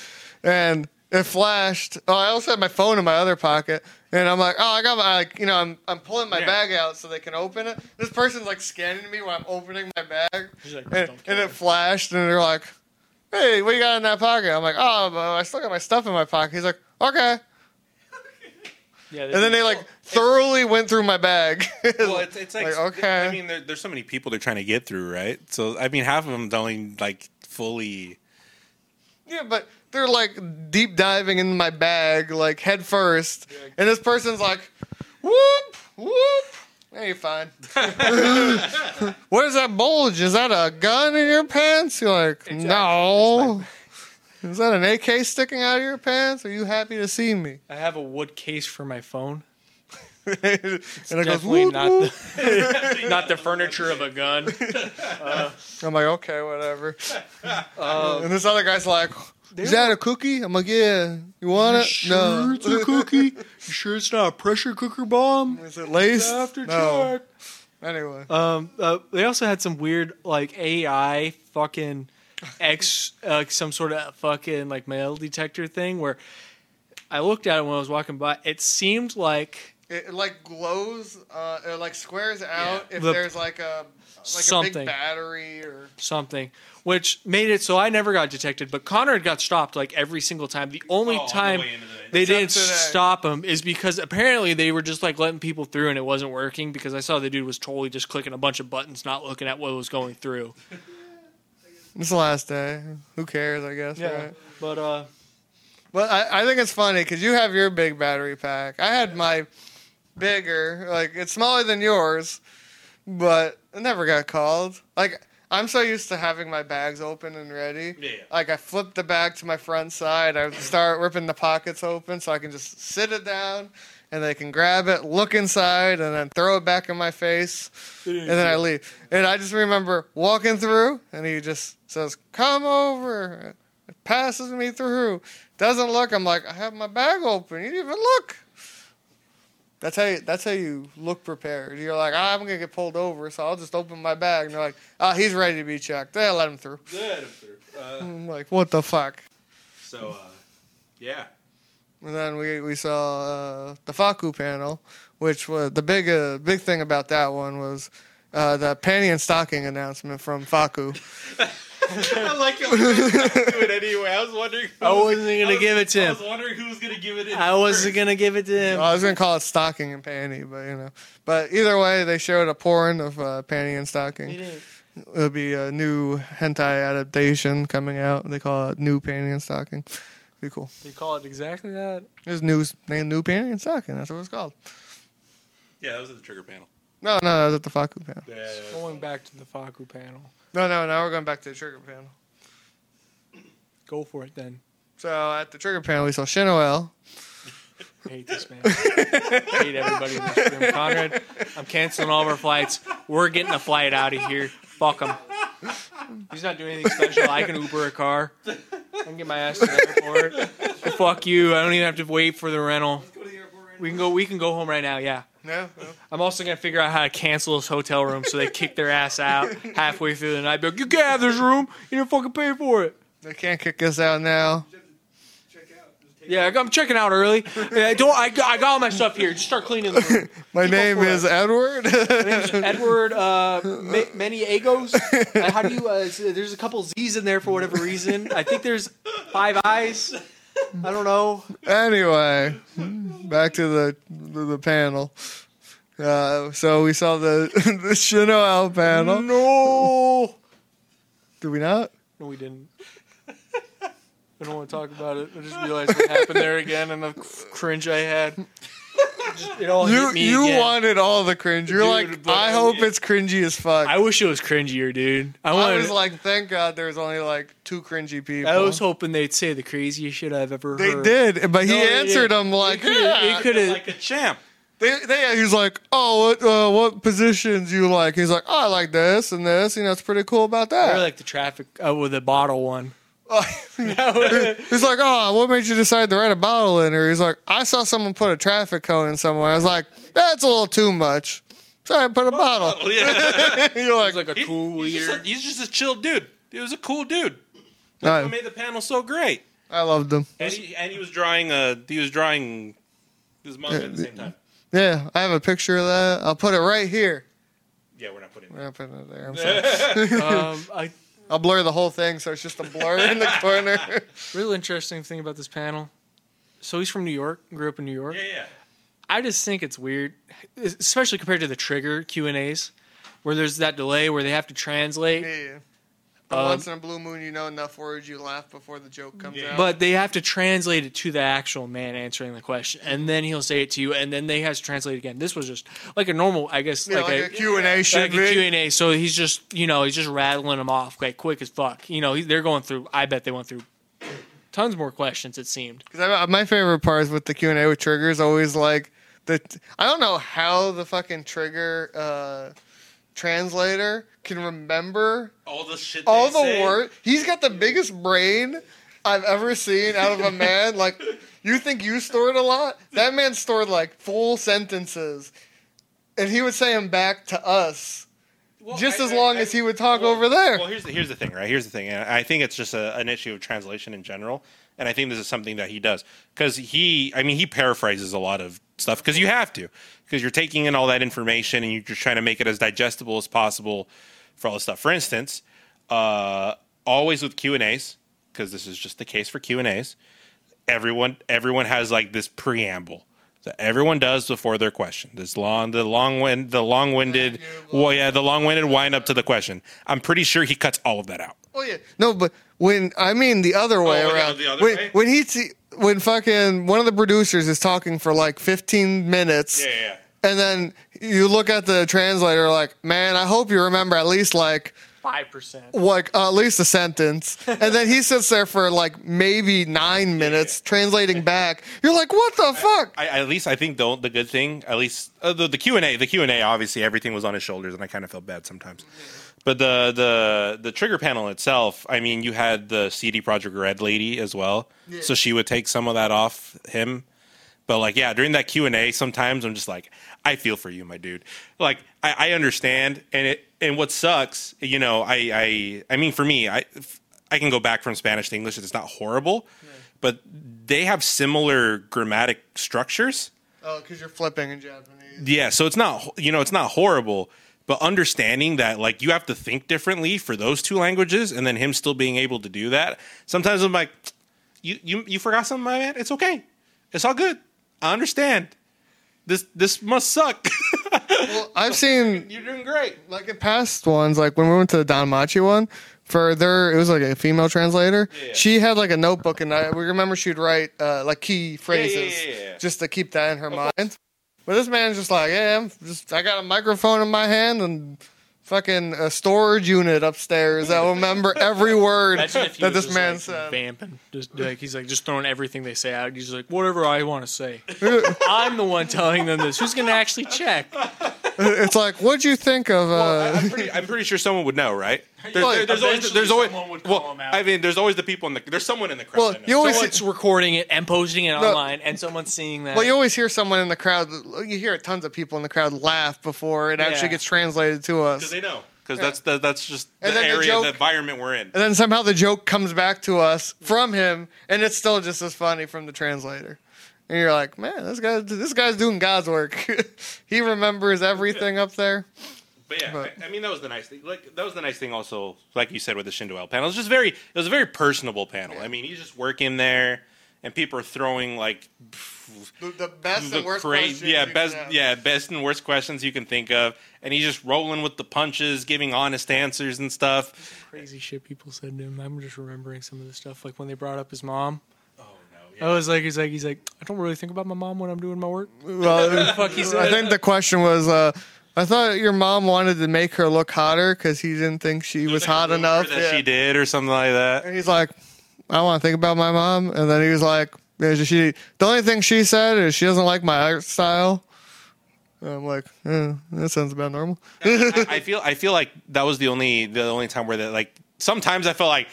[SPEAKER 1] and it flashed. Oh, I also had my phone in my other pocket, and I'm like, oh, I got my like you know I'm I'm pulling my bag out so they can open it. This person's like scanning me while I'm opening my bag,
[SPEAKER 2] He's like,
[SPEAKER 1] and,
[SPEAKER 2] "Don't
[SPEAKER 1] and
[SPEAKER 2] care."
[SPEAKER 1] it flashed, and they're like, hey, what you got in that pocket? I'm like, oh, but I still got my stuff in my pocket. He's like, okay,
[SPEAKER 2] yeah,
[SPEAKER 1] and then they like thoroughly went through my bag.
[SPEAKER 4] Well, it's, it's like,
[SPEAKER 1] Like, okay.
[SPEAKER 4] I mean, there, there's so many people they're trying to get through, right? So I mean, half of them don't even, like fully.
[SPEAKER 1] Yeah, but they're like deep diving in my bag, like head first, and this person's like, whoop, whoop. Hey, you're fine. what is that bulge? Is that a gun in your pants? You're like, no. Is that an AK sticking out of your pants? Are you happy to see me?
[SPEAKER 2] I have a wood case for my phone.
[SPEAKER 1] and it goes,
[SPEAKER 2] Definitely
[SPEAKER 1] whoop,
[SPEAKER 2] not
[SPEAKER 1] whoop.
[SPEAKER 2] the not the furniture of a gun.
[SPEAKER 1] I'm like, okay, whatever. Um, and this other guy's like, is that a cookie? I'm like, yeah. You want it? no.
[SPEAKER 2] it's a cookie. You sure it's not a pressure cooker bomb?
[SPEAKER 1] Is it laced?
[SPEAKER 2] After
[SPEAKER 1] no. Anyway.
[SPEAKER 2] Um, uh, they also had some weird like AI fucking X, uh, some sort of fucking like metal detector thing where I looked at it when I was walking by. It seemed like
[SPEAKER 1] It, it, like glows, uh, it like squares out if
[SPEAKER 2] The-
[SPEAKER 1] there's like a like a
[SPEAKER 2] Something.
[SPEAKER 1] big battery or
[SPEAKER 2] something, which made it so I never got detected. But Conrad got stopped like every single time. The only time they
[SPEAKER 1] Except
[SPEAKER 2] didn't
[SPEAKER 1] today.
[SPEAKER 2] stop him is because apparently they were just like letting people through and it wasn't working because I saw the dude was totally just clicking a bunch of buttons, not looking at what was going through.
[SPEAKER 1] it's the last day. Who cares? I guess. Right?
[SPEAKER 2] but uh,
[SPEAKER 1] Well, I, I think it's funny because you have your big battery pack. I had my bigger, like it's smaller than yours, but it never got called. Like I'm so used to having my bags open and ready.
[SPEAKER 4] Yeah.
[SPEAKER 1] Like I flip the bag to my front side. I start ripping the pockets open so I can just sit it down, and they can grab it, look inside, and then throw it back in my face and then I leave. And I just remember walking through, and he just says, "Come over." Passes me through. Doesn't look. I'm like, I have my bag open. You didn't even look. That's how. You, that's how you look prepared. You're like, "Ah, I'm gonna get pulled over, so I'll just open my bag. And they're like, Ah, he's ready to be checked. They let him through.
[SPEAKER 4] Good. Uh,
[SPEAKER 1] I'm like, what the fuck?
[SPEAKER 4] so, uh, yeah.
[SPEAKER 1] And then we we saw uh, the Faku panel, which was the big uh, big thing about that one was uh, the panty and stocking announcement from Faku.
[SPEAKER 4] I like it. do it anyway. I was wondering.
[SPEAKER 2] I wasn't gonna
[SPEAKER 4] was-
[SPEAKER 2] give it to
[SPEAKER 4] I
[SPEAKER 2] him.
[SPEAKER 4] was wondering who was gonna give it. in
[SPEAKER 2] I wasn't
[SPEAKER 4] first.
[SPEAKER 2] gonna give it to him.
[SPEAKER 1] Well, I was gonna call it stocking and panty, but you know. But either way, they showed a porn of uh, panty and
[SPEAKER 2] He
[SPEAKER 1] stocking.
[SPEAKER 2] didn't.
[SPEAKER 1] It'll be a new hentai adaptation coming out. They call it new panty and stocking. Be cool.
[SPEAKER 2] They call it exactly that.
[SPEAKER 1] There's new name new panty and stocking. That's what it's called.
[SPEAKER 4] Yeah, that was at the trigger panel.
[SPEAKER 1] No, no, that was at the Faku panel.
[SPEAKER 4] Yeah, yeah, yeah.
[SPEAKER 2] Going back to the Faku panel.
[SPEAKER 1] No, no, now we're going back to the trigger panel.
[SPEAKER 2] Go for it then.
[SPEAKER 1] So at the trigger panel, we saw Shinoel.
[SPEAKER 2] I hate this man. I hate everybody in this room. Conrad, I'm canceling all of our flights. We're getting a flight out of here. Fuck him. He's not doing anything special. I can Uber a car. I can get my ass to the airport. Fuck you. I don't even have to wait for the rental.
[SPEAKER 5] Go to the airport right
[SPEAKER 2] We can go. We can go home right now. Yeah.
[SPEAKER 1] No, no.
[SPEAKER 2] I'm also gonna figure out how to cancel this hotel room so they kick their ass out halfway through the night. Be like, you can't have this room. You didn't fucking pay for it.
[SPEAKER 1] they can't kick us out now.
[SPEAKER 5] now. You have to check out. Just take
[SPEAKER 2] Yeah, I got- I'm checking out early. Yeah, I don't. I, got- I got all my stuff here. Just start cleaning the room.
[SPEAKER 1] My name
[SPEAKER 2] for
[SPEAKER 1] is Edward.
[SPEAKER 2] Edward uh, Ma- many egos. Uh, how do you? Uh, s- there's a couple Z's in there for whatever reason. I think there's five eyes. I don't know.
[SPEAKER 1] anyway, back to the the, the panel. Uh, so we saw the the Shinoel panel. No, did we not?
[SPEAKER 2] No, we didn't. I don't want to talk about it. I just realized what happened there again and the cringe I had. Just, it all
[SPEAKER 1] You
[SPEAKER 2] hit me
[SPEAKER 1] you
[SPEAKER 2] again.
[SPEAKER 1] wanted all the cringe. You're
[SPEAKER 2] Dude,
[SPEAKER 1] like,
[SPEAKER 2] but
[SPEAKER 1] I
[SPEAKER 2] I-
[SPEAKER 1] hope it's cringy as fuck.
[SPEAKER 2] I
[SPEAKER 1] I,
[SPEAKER 2] wish it was cringier, dude. I, wanted,
[SPEAKER 1] was like, thank God there was only like two cringy people.
[SPEAKER 2] I was hoping they'd say the craziest shit I've ever
[SPEAKER 1] they
[SPEAKER 2] heard.
[SPEAKER 1] did, but he
[SPEAKER 2] No, they
[SPEAKER 1] answered
[SPEAKER 2] didn't.
[SPEAKER 1] them like,
[SPEAKER 2] It could've-
[SPEAKER 1] yeah.
[SPEAKER 2] it could've-
[SPEAKER 4] like a champ.
[SPEAKER 1] They, they, he's like, oh, what, uh, what positions you like? He's like, oh, I like this and this. You know, it's pretty cool about
[SPEAKER 2] They're
[SPEAKER 1] that.
[SPEAKER 2] like the traffic uh, with the bottle one.
[SPEAKER 1] He's like, oh, what made you decide to write a bottle in her? He's like, I saw someone put a traffic cone in somewhere. I was like, that's a little too much. So I put a bottle.
[SPEAKER 4] Oh, yeah.
[SPEAKER 1] You're like,
[SPEAKER 2] It's like a
[SPEAKER 4] He-
[SPEAKER 2] cool
[SPEAKER 4] he's,
[SPEAKER 2] leader.
[SPEAKER 4] just a, he's just a chill dude. He was a cool dude. What
[SPEAKER 1] I,
[SPEAKER 4] made the panel so great?
[SPEAKER 1] I loved them.
[SPEAKER 4] And he, and he was drawing a he was drawing his manga at the same time.
[SPEAKER 1] Yeah, I have a picture of that. I'll put it right here.
[SPEAKER 4] Yeah, we're not putting.
[SPEAKER 1] We're not putting it there. I'm sorry.
[SPEAKER 2] um, I,
[SPEAKER 1] I'll blur the whole thing so it's just a blur in the corner.
[SPEAKER 2] real interesting thing about this panel. So he's from New York, grew up in New York.
[SPEAKER 4] Yeah, yeah.
[SPEAKER 2] I just think it's weird, especially compared to the trigger Q and A's, where there's that delay where they have to translate,
[SPEAKER 1] yeah. But
[SPEAKER 2] Um,
[SPEAKER 1] once in a blue moon, you know enough words, you laugh before the joke comes
[SPEAKER 4] Yeah.
[SPEAKER 1] out.
[SPEAKER 2] but they have to translate it to the actual man answering the question, and then he'll say it to you, and then they has to translate it again. This was just like a normal, I guess,
[SPEAKER 1] yeah, like, a Q&A should
[SPEAKER 2] like
[SPEAKER 1] be.
[SPEAKER 2] a Q&A. So he's just, you know, he's just rattling them off like quick as fuck. You know, he, they're going through, I bet they went through tons more questions, it seemed.
[SPEAKER 1] 'Cause I- my favorite part is with the Q and A with Trigger is always like the I don't know how the fucking Trigger uh, translator can remember
[SPEAKER 4] All the shit.
[SPEAKER 1] all
[SPEAKER 4] they
[SPEAKER 1] the
[SPEAKER 4] say.
[SPEAKER 1] word. He's got the biggest brain I've ever seen out of a man. like you think you stored a lot? That man stored like full sentences, and he would say them back to us.
[SPEAKER 4] Well,
[SPEAKER 1] just
[SPEAKER 4] I-
[SPEAKER 1] as
[SPEAKER 4] I-
[SPEAKER 1] long
[SPEAKER 4] I-
[SPEAKER 1] as he would talk
[SPEAKER 4] well-
[SPEAKER 1] over there.
[SPEAKER 4] Well, here's the here's the thing, right? Here's the thing, and I think it's just a, an issue of translation in general. And I think this is something that he does because he, I mean, he paraphrases a lot of stuff because you have to because you're taking in all that information and you're just trying to make it as digestible as possible for all this stuff. For instance, uh, always with Q and A's because this is just the case for Q and A's. Everyone, everyone has like this preamble that everyone does before their question. This long, the long wind, the long winded, well, yeah, the long winded wind up to the question. I'm pretty sure he cuts all of that out.
[SPEAKER 1] Oh yeah, no, but when I mean the other way
[SPEAKER 4] Oh, yeah,
[SPEAKER 1] around,
[SPEAKER 4] the other
[SPEAKER 1] when
[SPEAKER 4] way?
[SPEAKER 1] when he t- when fucking one of the producers is talking for like 15 minutes,
[SPEAKER 4] yeah.
[SPEAKER 1] and then you look at the translator like, man, I hope you remember at least like
[SPEAKER 2] Five percent.
[SPEAKER 1] like uh, at least a sentence, and then he sits there for like maybe nine minutes translating back. You're like, what the fuck?
[SPEAKER 4] I, at least I think the the good thing, at least uh, the the Q and A, the Q and A, obviously everything was on his shoulders, and I kind of felt bad sometimes. But the the the trigger panel itself, I mean, you had the CD Project Red lady as well, so she would take some of that off him. But like, yeah, during that Q and A, sometimes I'm just like, I feel for you, my dude. Like, I, I understand, and it and what sucks, you know, I I I mean, for me, I I can go back from Spanish to English, and it's not horrible, but they have similar grammatic structures.
[SPEAKER 1] Oh, because you're flipping in Japanese.
[SPEAKER 4] Yeah, so it's not you know it's not horrible, but understanding that like you have to think differently for those two languages, and then him still being able to do that. Sometimes I'm like, you you you forgot something, my man. It's okay, it's all good. I understand. This this must suck.
[SPEAKER 1] Well, I've seen
[SPEAKER 4] You're doing great.
[SPEAKER 1] like in past ones, like when we went to the Don Machi one, for their it was like a female translator. She had like a notebook, and I we remember she'd write uh, like key phrases
[SPEAKER 4] yeah, yeah, yeah.
[SPEAKER 1] just to keep that in her mind. But this man's just like, yeah, I'm just I got a microphone in my hand and fucking a storage unit upstairs. I'll remember every word
[SPEAKER 2] Imagine if he
[SPEAKER 1] that
[SPEAKER 2] was
[SPEAKER 1] this
[SPEAKER 2] just,
[SPEAKER 1] man
[SPEAKER 2] like,
[SPEAKER 1] said.
[SPEAKER 2] vamping, just like he's like just throwing everything they say out. He's like, whatever I want to say. I'm the one telling them this. Who's gonna actually check?
[SPEAKER 1] It's like, what'd you think of? Uh,
[SPEAKER 4] I'm pretty, I'm pretty sure someone would know, right? There-
[SPEAKER 1] Well,
[SPEAKER 4] there- there's always
[SPEAKER 2] eventually
[SPEAKER 4] there's always
[SPEAKER 2] someone would call
[SPEAKER 4] well,
[SPEAKER 2] him out.
[SPEAKER 4] I mean, there's always the people in the there's someone in the crowd.
[SPEAKER 1] well,
[SPEAKER 4] that knows.
[SPEAKER 1] you always
[SPEAKER 2] Someone's recording it and posting it
[SPEAKER 1] No.
[SPEAKER 2] online, and someone's seeing that.
[SPEAKER 1] Well, you always hear someone in the crowd. You hear tons of people in the crowd laugh before it actually
[SPEAKER 2] Yeah.
[SPEAKER 1] gets translated to us.
[SPEAKER 4] because they know because that's the, that's just the
[SPEAKER 1] And then the
[SPEAKER 4] area
[SPEAKER 1] joke-
[SPEAKER 4] the environment we're in.
[SPEAKER 1] And then somehow the joke comes back to us from him, and it's still just as funny from the translator. And you're like, man, this guy, this guy's doing God's work. he remembers everything up there.
[SPEAKER 4] But yeah,
[SPEAKER 1] But-
[SPEAKER 4] I, I mean that was the nice thing. Like that was the nice thing also, like you said with the Shindo L panel. It was just very it was a very personable panel. I mean, you just work in there and people are throwing like
[SPEAKER 1] The, best
[SPEAKER 4] the crazy yeah, best yeah, best and worst questions you can think of and he's just rolling with the punches, giving honest answers and stuff.
[SPEAKER 2] crazy shit people said to him. I'm just remembering some of the stuff, like when they brought up his mom. Oh no! I was like, he's like, he's like, I don't really think about my mom when I'm doing my work.
[SPEAKER 1] Well,
[SPEAKER 2] Fuck, he
[SPEAKER 1] I
[SPEAKER 2] said.
[SPEAKER 1] think the question was, uh, I thought your mom wanted to make her look hotter because he didn't think she was
[SPEAKER 4] Like,
[SPEAKER 1] hot
[SPEAKER 4] rumor
[SPEAKER 1] enough.
[SPEAKER 4] that
[SPEAKER 1] Yeah.
[SPEAKER 4] she did or something like that.
[SPEAKER 1] And he's like, I want to think about my mom. And then he was like, yeah, she, the only thing she said is she doesn't like my art style. And I'm like, eh, that sounds about normal.
[SPEAKER 4] I, I feel I feel like that was the only the only time where that like sometimes I felt like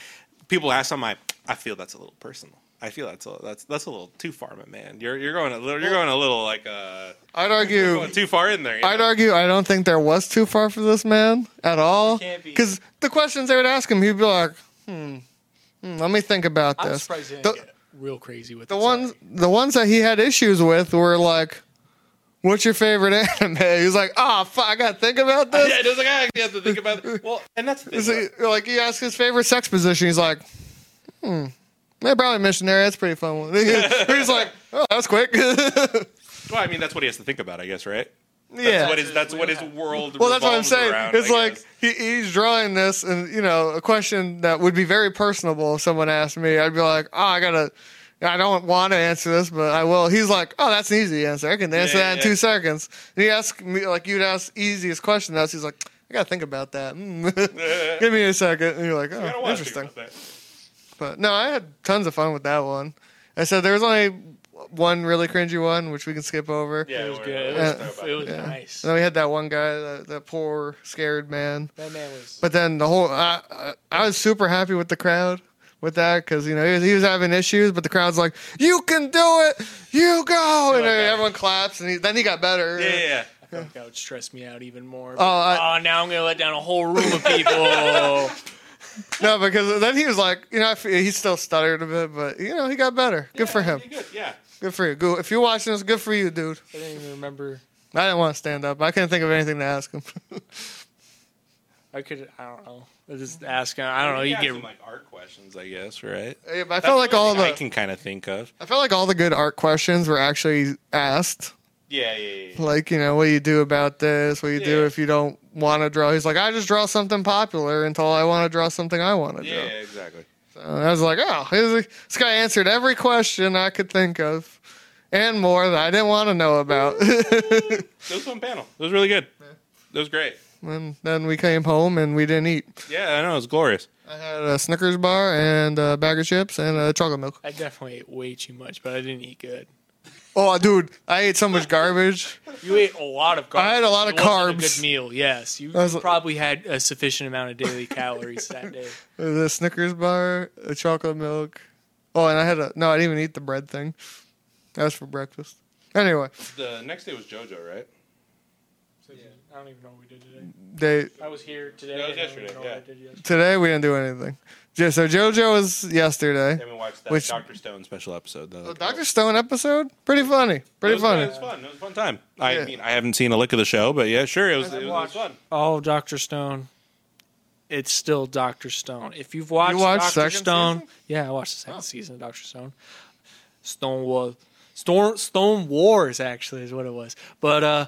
[SPEAKER 4] people ask on my I feel that's a little personal. I feel that's a that's that's a little too far, my man. You're you're going a little you're going a little like uh
[SPEAKER 1] I'd argue,
[SPEAKER 4] going too far in there. you
[SPEAKER 1] I'd
[SPEAKER 4] know?
[SPEAKER 1] argue, I don't think there was too far for this man at all.
[SPEAKER 2] can't be.
[SPEAKER 1] Because the questions they would ask him, he'd be like, hmm, hmm let me think about
[SPEAKER 2] I'm
[SPEAKER 1] this.
[SPEAKER 2] surprised he didn't
[SPEAKER 1] The-
[SPEAKER 2] get real crazy with
[SPEAKER 1] the
[SPEAKER 2] it.
[SPEAKER 1] ones the ones that he had issues with were like what's your favorite anime he was like ah fuck i gotta think about this
[SPEAKER 4] yeah, it was like I actually have to think about it. Well, and that's the thing.
[SPEAKER 1] So, like he asked his favorite sex position. He's like, hmm, yeah, probably missionary. That's a pretty fun one. he's like, oh, that's quick.
[SPEAKER 4] well, I mean, that's what he has to think about, I guess, right?
[SPEAKER 1] yeah.
[SPEAKER 4] What is that's what his world?
[SPEAKER 1] well, that's what I'm
[SPEAKER 4] revolves
[SPEAKER 1] saying.
[SPEAKER 4] around,
[SPEAKER 1] it's
[SPEAKER 4] I
[SPEAKER 1] like
[SPEAKER 4] guess.
[SPEAKER 1] he, he's drawing this, and you know, a question that would be very personable if someone asked me. I'd be like, oh, I gotta. I don't want to answer this, but I will. He's like, "Oh, that's an easy answer. I can answer
[SPEAKER 4] Yeah,
[SPEAKER 1] that in
[SPEAKER 4] yeah.
[SPEAKER 1] two seconds." And he asked me, like, "You'd ask easiest question." That's he's like, "I gotta think about that. Mm. Give me a second. And you're like,
[SPEAKER 4] I don't
[SPEAKER 1] "Oh,
[SPEAKER 4] wanna think
[SPEAKER 1] interesting."
[SPEAKER 4] about that.
[SPEAKER 1] But no, I had tons of fun with that one. I said there was only one really cringy one, which we can skip over.
[SPEAKER 4] Yeah,
[SPEAKER 2] It was
[SPEAKER 4] we're-
[SPEAKER 2] good. It
[SPEAKER 4] we're
[SPEAKER 2] was,
[SPEAKER 4] just talking about
[SPEAKER 2] it was
[SPEAKER 1] Yeah.
[SPEAKER 2] nice.
[SPEAKER 1] And then we had that one guy, that, that poor scared man.
[SPEAKER 2] That man was.
[SPEAKER 1] But then the whole, I, I, I was super happy with the crowd with that because you know he was, he was having issues, but the crowd's like, "You can do it, you go!" And then everyone claps, and he, then he got better.
[SPEAKER 4] Yeah, yeah, yeah.
[SPEAKER 2] Blackout that would stress me out even more.
[SPEAKER 1] Oh, I-
[SPEAKER 2] oh, now I'm gonna let down a whole room of people.
[SPEAKER 1] No, because then he was like, you know, I f- he still stuttered a bit, but you know, he got better. Good for him.
[SPEAKER 4] Good, yeah.
[SPEAKER 1] Good for you. Good. If you're watching this, good for you, dude.
[SPEAKER 2] I didn't even remember.
[SPEAKER 1] I didn't want to stand up. I couldn't think of anything to ask him.
[SPEAKER 2] I could. I don't know. I just asking. I don't know. You
[SPEAKER 4] ask
[SPEAKER 2] get
[SPEAKER 4] him, like art questions, I guess, right?
[SPEAKER 1] Yeah, but I felt like all
[SPEAKER 4] I
[SPEAKER 1] the
[SPEAKER 4] can kind of think of.
[SPEAKER 1] I felt like all the good art questions were actually asked.
[SPEAKER 4] Yeah, yeah, yeah.
[SPEAKER 1] Like, you know, what do you do about this? What do you do
[SPEAKER 4] Yeah.
[SPEAKER 1] if you don't want to draw? He's like, I just draw something popular until I want to draw something I want to
[SPEAKER 4] Yeah,
[SPEAKER 1] draw.
[SPEAKER 4] exactly.
[SPEAKER 1] So I was like, oh, this this guy answered every question I could think of and more that I didn't want to know about.
[SPEAKER 4] It was one panel. It was really good. It was great.
[SPEAKER 1] And then we came home and we didn't eat.
[SPEAKER 4] Yeah, I know. It was glorious.
[SPEAKER 1] I had a Snickers bar and a bag of chips and a chocolate milk.
[SPEAKER 2] I definitely ate way too much, but I didn't eat good.
[SPEAKER 1] Oh, dude, I ate so much garbage.
[SPEAKER 2] You ate a lot of carbs.
[SPEAKER 1] I had a lot of
[SPEAKER 2] It wasn't A
[SPEAKER 1] carbs.
[SPEAKER 2] good meal, yes. You
[SPEAKER 1] I was-
[SPEAKER 2] probably had a sufficient amount of daily calories that day.
[SPEAKER 1] The Snickers bar, a chocolate milk. Oh, and I had a no. I didn't even eat the bread thing. That was for breakfast. Anyway,
[SPEAKER 4] The next day was JoJo, right?
[SPEAKER 2] I don't even know what we did today.
[SPEAKER 1] they
[SPEAKER 2] I was here today.
[SPEAKER 4] That was
[SPEAKER 2] and I don't even
[SPEAKER 4] yesterday,
[SPEAKER 2] know what I
[SPEAKER 4] yeah.
[SPEAKER 2] did yesterday.
[SPEAKER 1] today we didn't do anything. Ju- So JoJo was yesterday.
[SPEAKER 4] Then we watched that
[SPEAKER 1] Which-
[SPEAKER 4] Doctor Stone special episode.
[SPEAKER 1] The Oh, Doctor Stone episode, pretty funny, pretty
[SPEAKER 4] It
[SPEAKER 1] funny.
[SPEAKER 4] was fun. It was a fun time. I
[SPEAKER 1] Yeah.
[SPEAKER 4] mean, I haven't seen a lick of the show, but yeah, sure, it was. It was, it was
[SPEAKER 2] watched-
[SPEAKER 4] fun.
[SPEAKER 2] Oh, Dr. Stone. It's still Dr. Stone. If you've watched,
[SPEAKER 1] watched
[SPEAKER 2] Dr.
[SPEAKER 1] second Oh.
[SPEAKER 2] Stone, yeah, I watched the second season of Dr. Stone. Stone Wars. Storm, Stone Wars, actually, is what it was. But, uh,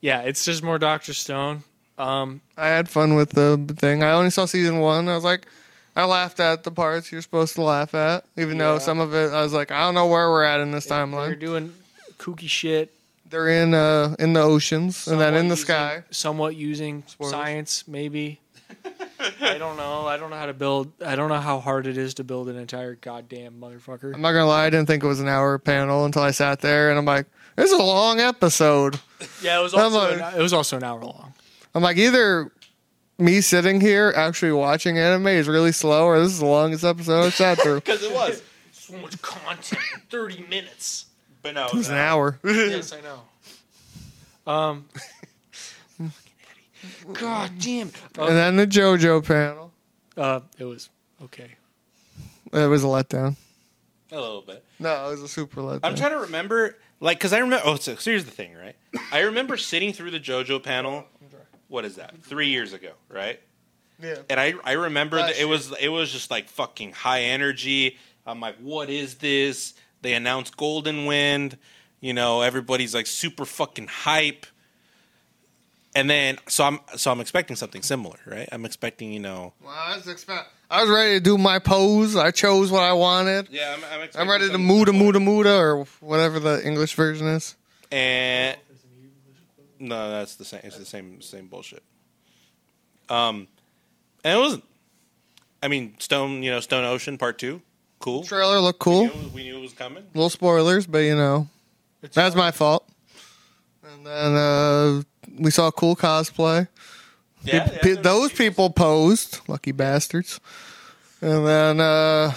[SPEAKER 2] yeah, it's just more Dr. Stone. Um,
[SPEAKER 1] I had fun with the thing. I only saw season one. I was like, I laughed at the parts you're supposed to laugh at, even though
[SPEAKER 2] Yeah.
[SPEAKER 1] some of it I was like, I don't know where we're at in this
[SPEAKER 2] They're
[SPEAKER 1] timeline.
[SPEAKER 2] doing kooky shit.
[SPEAKER 1] They're in uh in the oceans and then
[SPEAKER 2] somewhat
[SPEAKER 1] in the
[SPEAKER 2] using-
[SPEAKER 1] sky.
[SPEAKER 2] Somewhat using
[SPEAKER 1] Spoilers.
[SPEAKER 2] science, maybe. I don't know. I don't know how to build. I don't know how hard it is to build an entire goddamn motherfucker.
[SPEAKER 1] I'm not gonna lie, I didn't think it was an hour panel until I sat there and I'm like, this is a long episode.
[SPEAKER 2] Yeah, it was
[SPEAKER 1] I'm
[SPEAKER 2] also
[SPEAKER 1] a-
[SPEAKER 2] an, it was also an hour long.
[SPEAKER 1] I'm like, either me sitting here actually watching anime is really slow, or this is the longest episode I sat through. it
[SPEAKER 4] Because it was.
[SPEAKER 2] So much content in thirty minutes.
[SPEAKER 4] But no, uh,
[SPEAKER 1] was an hour.
[SPEAKER 2] yes, I know. Um. God damn.
[SPEAKER 1] And
[SPEAKER 2] Uh,
[SPEAKER 1] then the JoJo panel.
[SPEAKER 2] uh, it was okay.
[SPEAKER 1] It was a letdown.
[SPEAKER 4] a little bit.
[SPEAKER 1] No, it was a super letdown.
[SPEAKER 4] I'm trying to remember, like, because I remember. Oh, so so here's the thing, right? I remember sitting through the JoJo panel. What is that? Three years ago, right?
[SPEAKER 1] yeah.
[SPEAKER 4] And I I remember
[SPEAKER 1] Last
[SPEAKER 4] that it
[SPEAKER 1] year.
[SPEAKER 4] was it was just like fucking high energy. I'm like, what is this? They announced Golden Wind. You know, everybody's like super fucking hype. And then so I'm so I'm expecting something similar, right? I'm expecting you know.
[SPEAKER 1] Well, I was expect- I was ready to do my pose. I chose what I wanted.
[SPEAKER 4] Yeah, I'm. I'm,
[SPEAKER 1] I'm ready to muda muda muda or whatever the English version is.
[SPEAKER 4] And no, that's the same. It's the same same bullshit. Um, and it wasn't. I mean, Stone, you know, Stone Ocean Part Two, cool.
[SPEAKER 1] Trailer looked
[SPEAKER 4] We
[SPEAKER 1] cool.
[SPEAKER 4] knew, we knew it was coming.
[SPEAKER 1] Little spoilers, but you know,
[SPEAKER 2] It's
[SPEAKER 1] that's my fault. And then uh, we saw cool cosplay.
[SPEAKER 4] Yeah,
[SPEAKER 1] Pe- those people posed, lucky bastards. And then uh,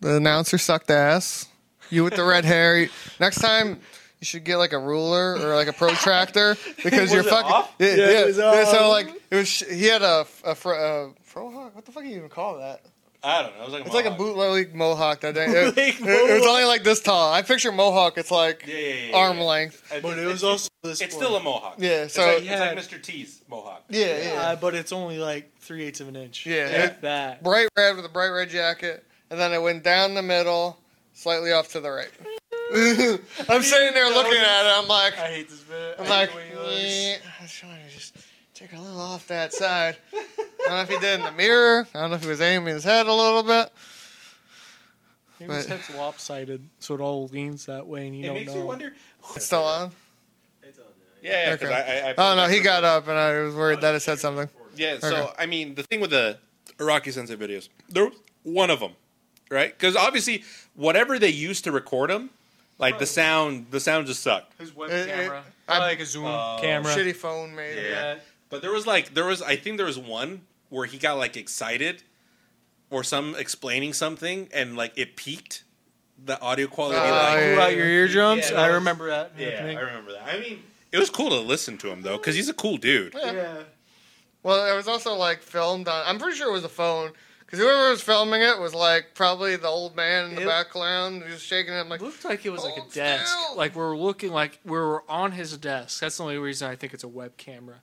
[SPEAKER 1] the announcer sucked ass. You with the red hair. You- Next time. You should get like a ruler or like a protractor because you're
[SPEAKER 4] it
[SPEAKER 1] fucking.
[SPEAKER 4] off?
[SPEAKER 1] Yeah,
[SPEAKER 2] Yeah, it
[SPEAKER 1] yeah.
[SPEAKER 2] was
[SPEAKER 1] Yeah, so
[SPEAKER 2] off.
[SPEAKER 1] like it was. He had a a, fro uh, frohawk. What the fuck do you even call that?
[SPEAKER 4] I don't know. It was like
[SPEAKER 1] It's like a
[SPEAKER 4] mohawk.
[SPEAKER 1] bootleg mohawk. That thing. It,
[SPEAKER 2] Bootleg
[SPEAKER 1] it- it was only like this tall. I picture mohawk. It's like
[SPEAKER 4] Yeah, yeah, yeah, yeah,
[SPEAKER 1] arm
[SPEAKER 4] yeah.
[SPEAKER 1] length.
[SPEAKER 4] I-
[SPEAKER 2] But it
[SPEAKER 4] it's-
[SPEAKER 2] was also this.
[SPEAKER 4] It's still a mohawk.
[SPEAKER 1] Yeah,
[SPEAKER 4] It's
[SPEAKER 1] so-
[SPEAKER 4] like, it's
[SPEAKER 2] Yeah.
[SPEAKER 4] like Mr. T's mohawk.
[SPEAKER 1] Yeah, yeah.
[SPEAKER 2] Yeah, Uh, but it's only like three eighths of an inch.
[SPEAKER 1] Yeah.
[SPEAKER 2] If that.
[SPEAKER 1] bright red with a bright red jacket, and then it went down the middle, slightly off to the right. I'm sitting there looking at it. I'm like,
[SPEAKER 2] I hate this bit.
[SPEAKER 1] I'm like, "Eh." I was trying to just take a little off that side. I don't know if he did in the mirror. I don't know if he was aiming his head a little bit.
[SPEAKER 2] Maybe his
[SPEAKER 1] But-
[SPEAKER 2] head's lopsided, so it all leans that way, and you
[SPEAKER 4] It
[SPEAKER 2] don't
[SPEAKER 4] makes
[SPEAKER 2] know.
[SPEAKER 4] you wonder.
[SPEAKER 1] It's still on.
[SPEAKER 5] It's on there.
[SPEAKER 4] Yeah, because
[SPEAKER 1] Okay.
[SPEAKER 4] I, I, I
[SPEAKER 1] Oh no, he got up, and I was worried that it said something.
[SPEAKER 4] Yeah,
[SPEAKER 1] Okay.
[SPEAKER 4] so I mean, the thing with the Iraqi Sensei videos, there was one of them, right? Because obviously, whatever they used to record them, like the sound, the sound just sucked.
[SPEAKER 2] His web
[SPEAKER 1] It- it-
[SPEAKER 2] camera.
[SPEAKER 1] I-
[SPEAKER 2] I like a zoom
[SPEAKER 4] Oh.
[SPEAKER 2] camera.
[SPEAKER 1] Shitty phone, maybe.
[SPEAKER 4] Yeah. But there was like, there was, I think there was one where he got like excited or some explaining something, and like it peaked the audio quality.
[SPEAKER 1] Oh,
[SPEAKER 4] like,
[SPEAKER 1] yeah.
[SPEAKER 2] blew out your eardrums.
[SPEAKER 4] Yeah, that
[SPEAKER 2] I
[SPEAKER 4] was-
[SPEAKER 2] remember that.
[SPEAKER 4] yeah,
[SPEAKER 2] happening.
[SPEAKER 4] I remember that. I mean, It was cool to listen to him though, because he's a cool dude.
[SPEAKER 2] Yeah.
[SPEAKER 1] Well, it was also like filmed on. I'm pretty sure it was a phone because whoever was filming it was like probably the old man in the
[SPEAKER 2] It-
[SPEAKER 1] background. He was shaking it. I'm like,
[SPEAKER 2] It looked like oh, it was like a
[SPEAKER 1] Hold
[SPEAKER 2] desk.
[SPEAKER 1] still.
[SPEAKER 2] Like we were looking like we were on his desk. That's the only reason I think it's a web camera.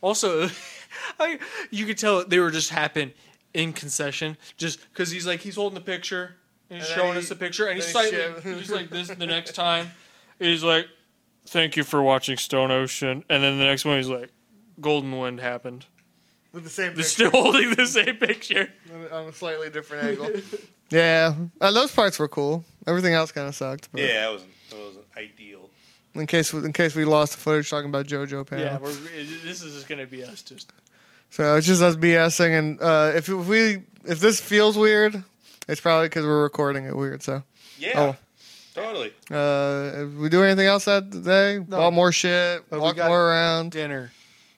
[SPEAKER 2] Also, I, you could tell they were just happen in concession just because he's like he's holding the picture and he's
[SPEAKER 1] And then
[SPEAKER 2] showing
[SPEAKER 1] he-
[SPEAKER 2] us the picture and he's
[SPEAKER 1] then he
[SPEAKER 2] slightly
[SPEAKER 1] shiv-
[SPEAKER 2] he's like this the next time and he's like thank you for watching Stone Ocean and then the next one he's like Golden Wind happened.
[SPEAKER 1] with the same
[SPEAKER 2] They're
[SPEAKER 1] picture
[SPEAKER 2] still holding the same picture.
[SPEAKER 1] on a slightly different angle. yeah, uh, those parts were cool. Everything else kind of sucked. But
[SPEAKER 4] Yeah, that wasn't that wasn't ideal.
[SPEAKER 1] In case in case we lost the footage talking about JoJo Pan.
[SPEAKER 2] Yeah, we're, this is just gonna be us just
[SPEAKER 1] So it's just us BSing, and uh, if we if this feels weird, it's probably because we're recording it weird. So
[SPEAKER 4] Yeah, totally.
[SPEAKER 1] oh, uh, we do anything else that day?
[SPEAKER 2] No.
[SPEAKER 1] Bought more shit,
[SPEAKER 2] But we
[SPEAKER 1] walked
[SPEAKER 2] got-
[SPEAKER 1] more around.
[SPEAKER 2] dinner.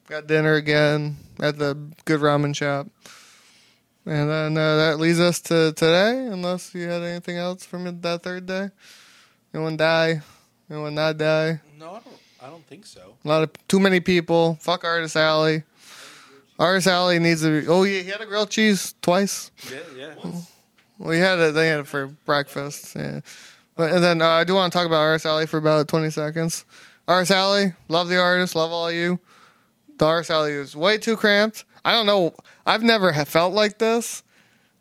[SPEAKER 1] Got dinner again at the good ramen shop. And then uh, that leads us to today, unless you had anything else from that third day. Anyone die? Anyone not die?
[SPEAKER 4] No, I don't. I don't think so.
[SPEAKER 1] A lot of too many people. Fuck Artist Alley. Artist Alley needs to. Be, oh yeah, he had a grilled cheese twice.
[SPEAKER 4] Yeah, yeah.
[SPEAKER 1] We had it. They had it for breakfast. Yeah. But and then uh, I do want to talk about Artist Alley for about twenty seconds. Artist Alley, love the artist, love all you. The Artist Alley was way too cramped. I don't know. I've never ha- felt like this.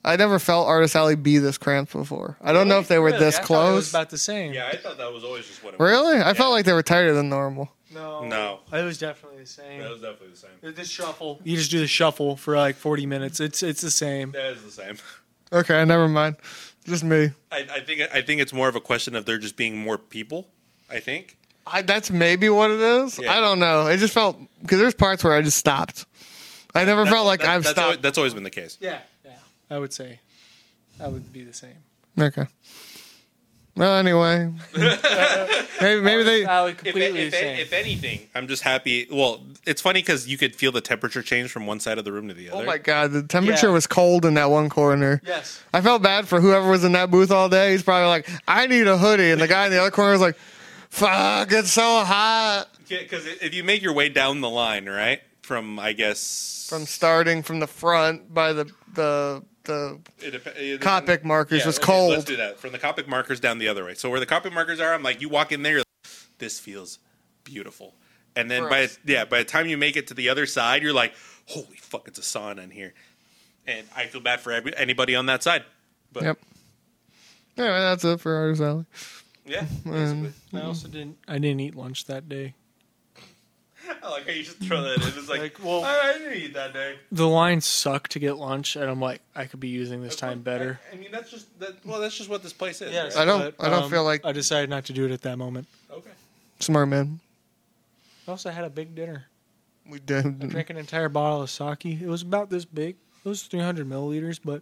[SPEAKER 1] I never felt Artist Alley be this cramped before. I don't know if they were
[SPEAKER 2] Really,
[SPEAKER 1] this
[SPEAKER 2] I thought It
[SPEAKER 1] close.
[SPEAKER 2] was about the same.
[SPEAKER 4] Yeah, I thought that was always just what it was.
[SPEAKER 1] really? I felt like they were tighter than normal.
[SPEAKER 2] No.
[SPEAKER 4] No,
[SPEAKER 2] It was definitely the same.
[SPEAKER 4] that was definitely the same.
[SPEAKER 2] the shuffle. You just do the shuffle for like 40 minutes. It's it's the same.
[SPEAKER 4] That is the same.
[SPEAKER 1] Okay, never mind. Just me.
[SPEAKER 4] I, I think. I think it's more of a question of there just being more people. I think.
[SPEAKER 1] I, that's maybe what it is.
[SPEAKER 4] Yeah.
[SPEAKER 1] I don't know. It just felt because there's parts where I just stopped. I never felt like
[SPEAKER 4] That-
[SPEAKER 1] I've
[SPEAKER 4] that's
[SPEAKER 1] stopped.
[SPEAKER 4] always- that's always been the case.
[SPEAKER 2] Yeah. Yeah. I would say that would be the same.
[SPEAKER 1] Okay. Well, anyway, maybe, maybe they.
[SPEAKER 2] Probably
[SPEAKER 4] If,
[SPEAKER 2] completely
[SPEAKER 4] if-
[SPEAKER 2] the same.
[SPEAKER 4] if anything, I'm just happy. Well, it's funny because you could feel the temperature change from one side of the room to the other.
[SPEAKER 1] Oh my god, the temperature
[SPEAKER 2] Yeah.
[SPEAKER 1] was cold in that one corner.
[SPEAKER 2] yes.
[SPEAKER 1] I felt bad for whoever was in that booth all day. He's probably like, "I need a hoodie," and the guy in the other corner was like, "Fuck, it's so hot."
[SPEAKER 4] Because if you make your way down the line, right, from I guess
[SPEAKER 1] From starting from the front by the the the
[SPEAKER 4] it dep- it-
[SPEAKER 1] Copic markers was
[SPEAKER 4] okay,
[SPEAKER 1] cold.
[SPEAKER 4] Let's do that from the Copic markers down the other way. So where the Copic markers are, I'm like, you walk in there, you're like, this feels beautiful. And then by
[SPEAKER 1] Gross.
[SPEAKER 4] yeah, by the time you make it to the other side, you're like, holy fuck, it's a sauna in here. And I feel bad for every, anybody on that side. But
[SPEAKER 1] Yep. Anyway, that's it for Artist Alley.
[SPEAKER 4] yeah,
[SPEAKER 1] Mm.
[SPEAKER 2] I
[SPEAKER 4] basically.
[SPEAKER 2] also didn't. I didn't eat lunch that day.
[SPEAKER 4] I like how you just throw that in. It's like,
[SPEAKER 2] Like, well-
[SPEAKER 4] I, I didn't eat that day.
[SPEAKER 2] The line sucked to get lunch, and I'm like, I could be using this time better.
[SPEAKER 4] I, I mean, that's just that. Well, that's just what this place is.
[SPEAKER 1] I don't- I don't feel like-
[SPEAKER 2] I decided not to do it at that moment.
[SPEAKER 4] Right? Okay.
[SPEAKER 1] Smart man.
[SPEAKER 2] I also had a big dinner.
[SPEAKER 1] We
[SPEAKER 2] I
[SPEAKER 1] did.
[SPEAKER 2] drank an entire bottle of sake. It was about this big. It was 300 milliliters, but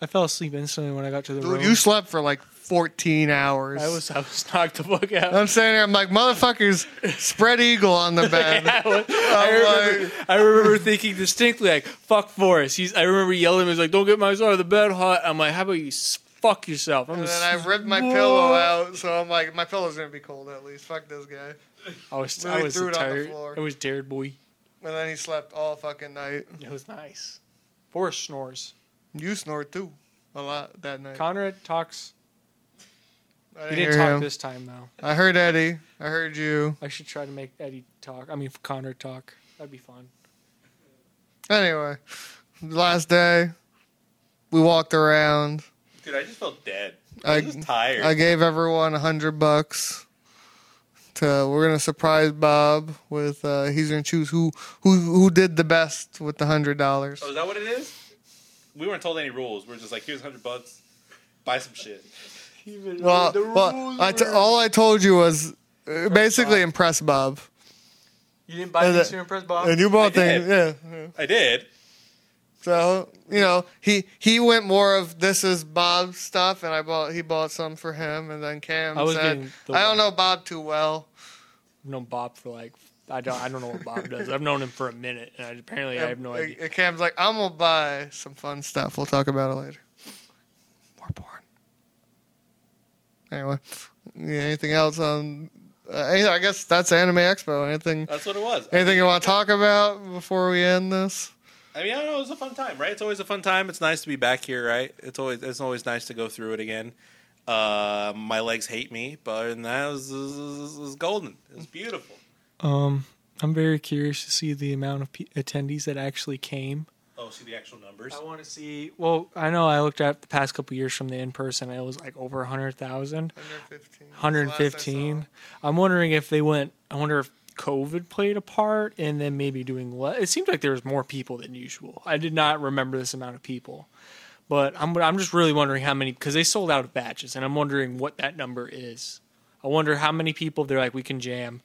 [SPEAKER 2] I fell asleep instantly when I got to the room.
[SPEAKER 1] Dude, you slept for like 14 hours.
[SPEAKER 2] I was I was knocked the fuck out.
[SPEAKER 1] I'm sitting there. I'm like, motherfuckers, spread eagle on the bed.
[SPEAKER 2] I, was- I remember, I remember thinking distinctly, like, "Fuck Forrest." He's. I remember yelling, "He's like, don't get my side of the bed hot." I'm like, "How about you s- fuck yourself?" I'm
[SPEAKER 1] And
[SPEAKER 2] just,
[SPEAKER 1] then I ripped my pillow out, so I'm like, my pillow's gonna be cold at least. Fuck this guy.
[SPEAKER 2] I was, I
[SPEAKER 1] literally
[SPEAKER 2] was
[SPEAKER 1] threw it on the
[SPEAKER 2] tired.
[SPEAKER 1] floor.
[SPEAKER 2] I was tired, boy.
[SPEAKER 1] And then he slept all fucking night.
[SPEAKER 2] It was nice. Forrest snores.
[SPEAKER 1] You snored too, a lot that night.
[SPEAKER 2] Conrad talks.
[SPEAKER 1] I
[SPEAKER 2] He
[SPEAKER 1] didn't
[SPEAKER 2] didn't
[SPEAKER 1] hear
[SPEAKER 2] talk
[SPEAKER 1] him.
[SPEAKER 2] this time though.
[SPEAKER 1] I heard Eddie. I heard you.
[SPEAKER 2] I should try to make Eddie talk. I mean, Conrad talk. That'd be fun.
[SPEAKER 1] Anyway, last day, we walked around.
[SPEAKER 4] Dude, I just felt dead. I,
[SPEAKER 1] I-
[SPEAKER 4] was just tired.
[SPEAKER 1] I gave everyone a hundred bucks. To we're gonna surprise Bob with uh, he's gonna choose who who who did the best with the hundred dollars.
[SPEAKER 4] Oh, is that what it is? We weren't told any rules. We are just like, here's hundred bucks, buy some shit.
[SPEAKER 1] Well, well I t- all I told you was uh, basically
[SPEAKER 2] Bob.
[SPEAKER 1] impress Bob.
[SPEAKER 2] You didn't buy
[SPEAKER 1] And
[SPEAKER 2] these
[SPEAKER 1] the-
[SPEAKER 2] to impress Bob.
[SPEAKER 1] And you both
[SPEAKER 4] I
[SPEAKER 1] think, yeah. yeah.
[SPEAKER 4] I did.
[SPEAKER 1] So you know, he he went more of this is Bob's stuff, and I bought he bought some for him, and then Cam
[SPEAKER 2] I was
[SPEAKER 1] said,
[SPEAKER 2] getting the
[SPEAKER 1] I don't know Bob too well.
[SPEAKER 2] I've known Bob for like I don't I don't know what Bob does. I've known him for a minute, and I, apparently I have no
[SPEAKER 1] and,
[SPEAKER 2] idea.
[SPEAKER 1] And Cam's like, I'm gonna buy some fun stuff. We'll talk about it later. More porn. Anyway, yeah, anything else on Uh, yeah, I guess that's Anime Expo. Anything
[SPEAKER 4] That's what it was.
[SPEAKER 1] anything you want to talk about before we end this?
[SPEAKER 4] I mean, I don't know. It was a fun time, right? It's always a fun time. It's nice to be back here, right? It's always it's always nice to go through it again. Uh, my legs hate me, but other than that, it was, it was, it was golden. It was beautiful.
[SPEAKER 2] Um, I'm very curious to see the amount of pe- attendees that actually came.
[SPEAKER 4] Oh, see the actual numbers.
[SPEAKER 2] I want to see. Well, I know I looked at the past couple years from the in person. It was like over hundred thousand.
[SPEAKER 1] 115.
[SPEAKER 2] 115. I'm wondering if they went. I wonder if COVID played a part, and then maybe doing less. It seemed like there was more people than usual. I did not remember this amount of people, but I'm I'm just really wondering how many because they sold out of batches, and I'm wondering what that number is. I wonder how many people they're like we can jam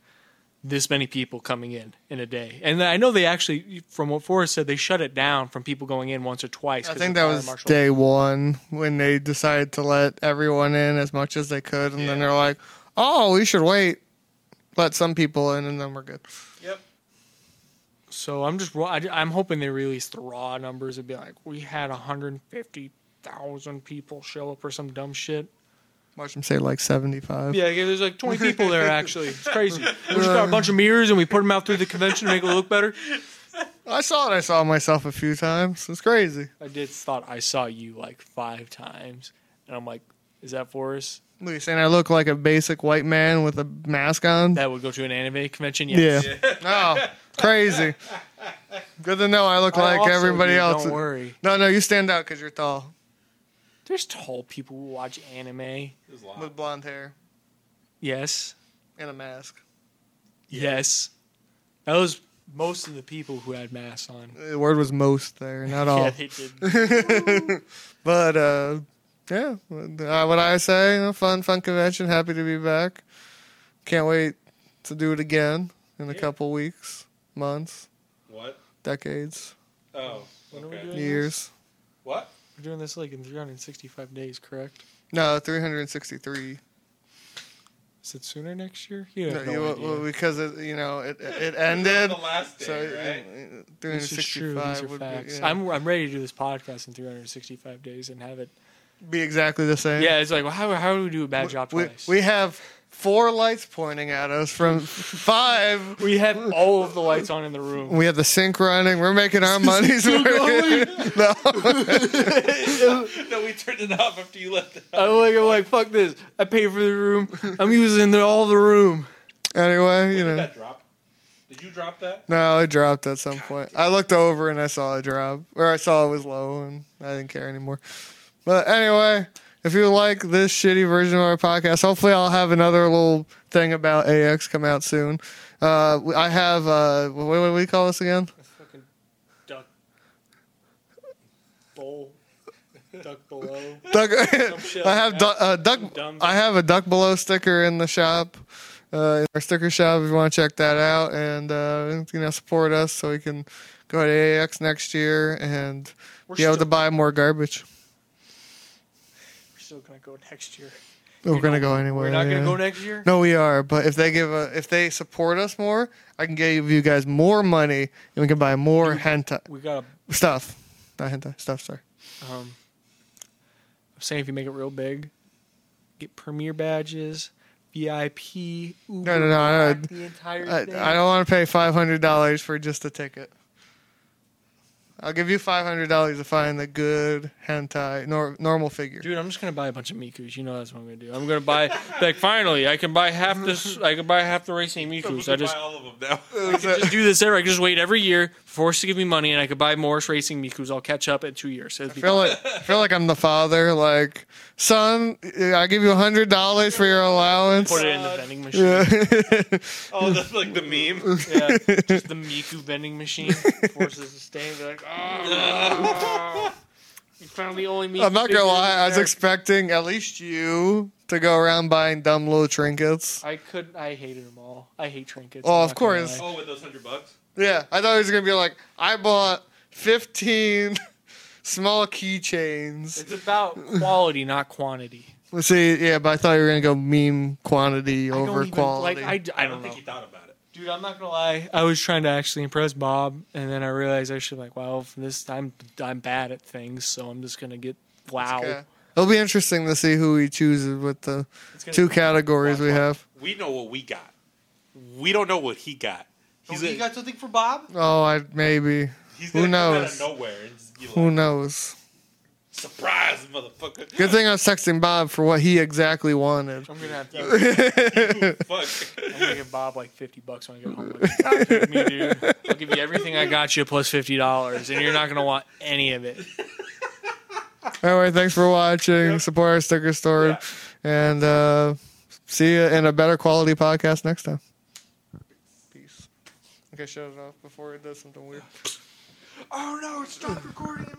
[SPEAKER 2] this many people coming in in a day, and I know they actually, from what Forrest said, they shut it down from people going in once or twice.
[SPEAKER 1] I
[SPEAKER 2] 'cause
[SPEAKER 1] think
[SPEAKER 2] of
[SPEAKER 1] that
[SPEAKER 2] fire
[SPEAKER 1] was
[SPEAKER 2] marshal.
[SPEAKER 1] day one when they decided to let everyone in as much as they could, and then they're like, "Oh, we should wait, let some people in, and then we're good."
[SPEAKER 4] Yep.
[SPEAKER 2] So I'm just I, I'm hoping they release the raw numbers and be like, we had 150,000 people show up or some dumb shit.
[SPEAKER 1] Watch them say like seventy-five.
[SPEAKER 2] Yeah, yeah, there's like 20 people there actually. It's crazy. We just got a bunch of mirrors and we put them out through the convention to make it look better.
[SPEAKER 1] I saw it. I saw myself a few times. It's crazy.
[SPEAKER 2] I did thought I saw you like five times, and I'm like, is that Forrest?
[SPEAKER 1] What are you saying? I look like a basic white man with a mask on?
[SPEAKER 2] That would go to an anime convention.
[SPEAKER 1] yeah.
[SPEAKER 2] Yes.
[SPEAKER 1] oh, crazy. Good to know. I look
[SPEAKER 2] I
[SPEAKER 1] like
[SPEAKER 2] Oh, also
[SPEAKER 1] everybody
[SPEAKER 2] do,
[SPEAKER 1] else.
[SPEAKER 2] Don't worry.
[SPEAKER 1] No, no, you stand out because you're tall
[SPEAKER 2] There's tall people who watch anime.
[SPEAKER 5] It was long.
[SPEAKER 1] with blonde hair
[SPEAKER 2] Yes.
[SPEAKER 1] and a mask.
[SPEAKER 2] Yes. That was most of the people who had masks on.
[SPEAKER 1] The word was most there, not all.
[SPEAKER 2] Yeah, they did.
[SPEAKER 1] but uh, yeah, what uh, what I say, you know, fun, fun convention. Happy to be back. Can't wait to do it again in a couple weeks, months,
[SPEAKER 4] What?
[SPEAKER 1] decades,
[SPEAKER 4] Oh.
[SPEAKER 2] When are we doing
[SPEAKER 1] years.
[SPEAKER 4] What?
[SPEAKER 2] We're doing this like in 365 days, correct?
[SPEAKER 1] No, 363.
[SPEAKER 2] Is it sooner next year? You
[SPEAKER 1] No,
[SPEAKER 2] have no,
[SPEAKER 1] you-
[SPEAKER 2] idea.
[SPEAKER 1] well, because it, you know, it it ended.
[SPEAKER 4] The last day,
[SPEAKER 1] So
[SPEAKER 4] right?
[SPEAKER 1] uh,
[SPEAKER 2] this is
[SPEAKER 1] 365
[SPEAKER 2] true. These are
[SPEAKER 1] would
[SPEAKER 2] facts.
[SPEAKER 1] Be, yeah,
[SPEAKER 2] I'm I'm ready to do this podcast in 365 days and have it.
[SPEAKER 1] be exactly the same.
[SPEAKER 2] Yeah, it's like well, how how do we do a bad job
[SPEAKER 1] we,
[SPEAKER 2] twice?
[SPEAKER 1] we have four lights pointing at us from five.
[SPEAKER 2] we have all of the lights on in the room.
[SPEAKER 1] We have the sink running. We're making our money's worth. no,
[SPEAKER 4] No, we turned it off after you left.
[SPEAKER 2] I'm like I'm like fuck this. I pay for the room. I'm using the, all the room.
[SPEAKER 1] anyway, you
[SPEAKER 4] Did
[SPEAKER 1] know.
[SPEAKER 4] that drop? Did you drop that?
[SPEAKER 1] No, it dropped at some point. I looked over and I saw it drop, or I saw it was low, and I didn't care anymore. But anyway, if you like this shitty version of our podcast, hopefully I'll have another little thing about AX come out soon. Uh, I have uh, what, what do we call this again?
[SPEAKER 2] Fucking duck bowl, duck below.
[SPEAKER 1] duck.
[SPEAKER 2] shit
[SPEAKER 1] I have
[SPEAKER 2] like
[SPEAKER 1] du-
[SPEAKER 2] that.
[SPEAKER 1] uh, duck.
[SPEAKER 2] Some dumb-
[SPEAKER 1] I have a duck below sticker in the shop, uh, in our sticker shop. If you want to check that out and uh, you know support us, so we can go to AAX next year and
[SPEAKER 2] We're
[SPEAKER 1] be able
[SPEAKER 2] still-
[SPEAKER 1] to buy more garbage.
[SPEAKER 2] We're still gonna go next year.
[SPEAKER 1] We're gonna go anywhere.
[SPEAKER 2] We're not
[SPEAKER 1] yeah.
[SPEAKER 2] gonna go next year.
[SPEAKER 1] No, we are. But if they give a, if they support us more, I can give you guys more money and we can buy more hentai
[SPEAKER 2] We got a
[SPEAKER 1] stuff. Not hentai stuff. Sorry.
[SPEAKER 2] Um, I'm saying if you make it real big, get premier badges, VIP, Uber,
[SPEAKER 1] No, no, no, I-
[SPEAKER 2] Black, the entire
[SPEAKER 1] I, I
[SPEAKER 2] thing.
[SPEAKER 1] don't want to pay five hundred dollars for just a ticket. I'll give you five hundred dollars to find the good hentai nor, normal figure.
[SPEAKER 2] Dude, I'm just gonna buy a bunch of Mikus. You know that's what I'm gonna do. I'm gonna buy like finally I can buy half this. I can buy half the racing Mikus. I just
[SPEAKER 4] buy all of them now.
[SPEAKER 1] Is
[SPEAKER 2] just
[SPEAKER 1] that-
[SPEAKER 2] do this every. I can just wait every year, forced to give me money, and I could buy more racing Mikus. I'll catch up in two years. It'd
[SPEAKER 1] I
[SPEAKER 2] be
[SPEAKER 1] feel like I feel like I'm the father. Like son, I give you hundred dollars for your allowance.
[SPEAKER 2] put it in the vending machine.
[SPEAKER 1] Yeah.
[SPEAKER 4] Oh, that's like the meme.
[SPEAKER 2] Yeah, just the Miku vending machine forces to stay and be like, oh, you found the only Miku.
[SPEAKER 1] I'm not
[SPEAKER 2] figure
[SPEAKER 1] gonna lie. I was
[SPEAKER 2] there."
[SPEAKER 1] expecting at least you to go around buying dumb little trinkets.
[SPEAKER 2] I couldn't. I hated them all. I hate trinkets.
[SPEAKER 1] Oh,
[SPEAKER 2] I'm
[SPEAKER 1] of
[SPEAKER 2] not gonna
[SPEAKER 1] course.
[SPEAKER 2] lie.
[SPEAKER 4] Oh, with those hundred bucks.
[SPEAKER 1] Yeah, I thought he was gonna be like, I bought fifteen small keychains.
[SPEAKER 2] It's about quality, not quantity.
[SPEAKER 1] Well, See, yeah, but I thought you were gonna go meme quantity
[SPEAKER 2] I don't
[SPEAKER 1] over
[SPEAKER 2] even-
[SPEAKER 1] quality.
[SPEAKER 2] Like, I, I don't
[SPEAKER 4] think
[SPEAKER 2] know,
[SPEAKER 4] he thought about it.
[SPEAKER 2] dude. I'm not gonna lie. I was trying to actually impress Bob, and then I realized I should like, well, for this time I'm bad at things, so I'm just gonna get wow.
[SPEAKER 1] Okay. It'll be interesting to see who he chooses with the
[SPEAKER 2] It's gonna
[SPEAKER 1] two
[SPEAKER 2] be-
[SPEAKER 1] categories
[SPEAKER 2] Wow,
[SPEAKER 1] we
[SPEAKER 2] wow.
[SPEAKER 1] have.
[SPEAKER 4] we know what we got. We don't know what he got. He's
[SPEAKER 3] Don't
[SPEAKER 4] a,
[SPEAKER 3] you got something for Bob?
[SPEAKER 1] Oh, I maybe.
[SPEAKER 4] he's
[SPEAKER 1] Who
[SPEAKER 4] gonna come out
[SPEAKER 1] knows?
[SPEAKER 4] of nowhere and just be like,
[SPEAKER 1] Who knows?
[SPEAKER 4] surprise, motherfucker.
[SPEAKER 1] Good thing I was texting Bob for what he exactly wanted.
[SPEAKER 2] I'm gonna have to.
[SPEAKER 4] Fuck.
[SPEAKER 2] I'm gonna give Bob like fifty bucks when I get home. Like, "Talk to me, dude. I'll give you everything I got you plus fifty dollars, and you're not gonna want any of it.
[SPEAKER 1] All right, thanks for watching. Support our sticker store, and uh, see you in a better quality podcast next time. Peace. Okay, shut it off before it does something weird.
[SPEAKER 4] Oh no, stop recording.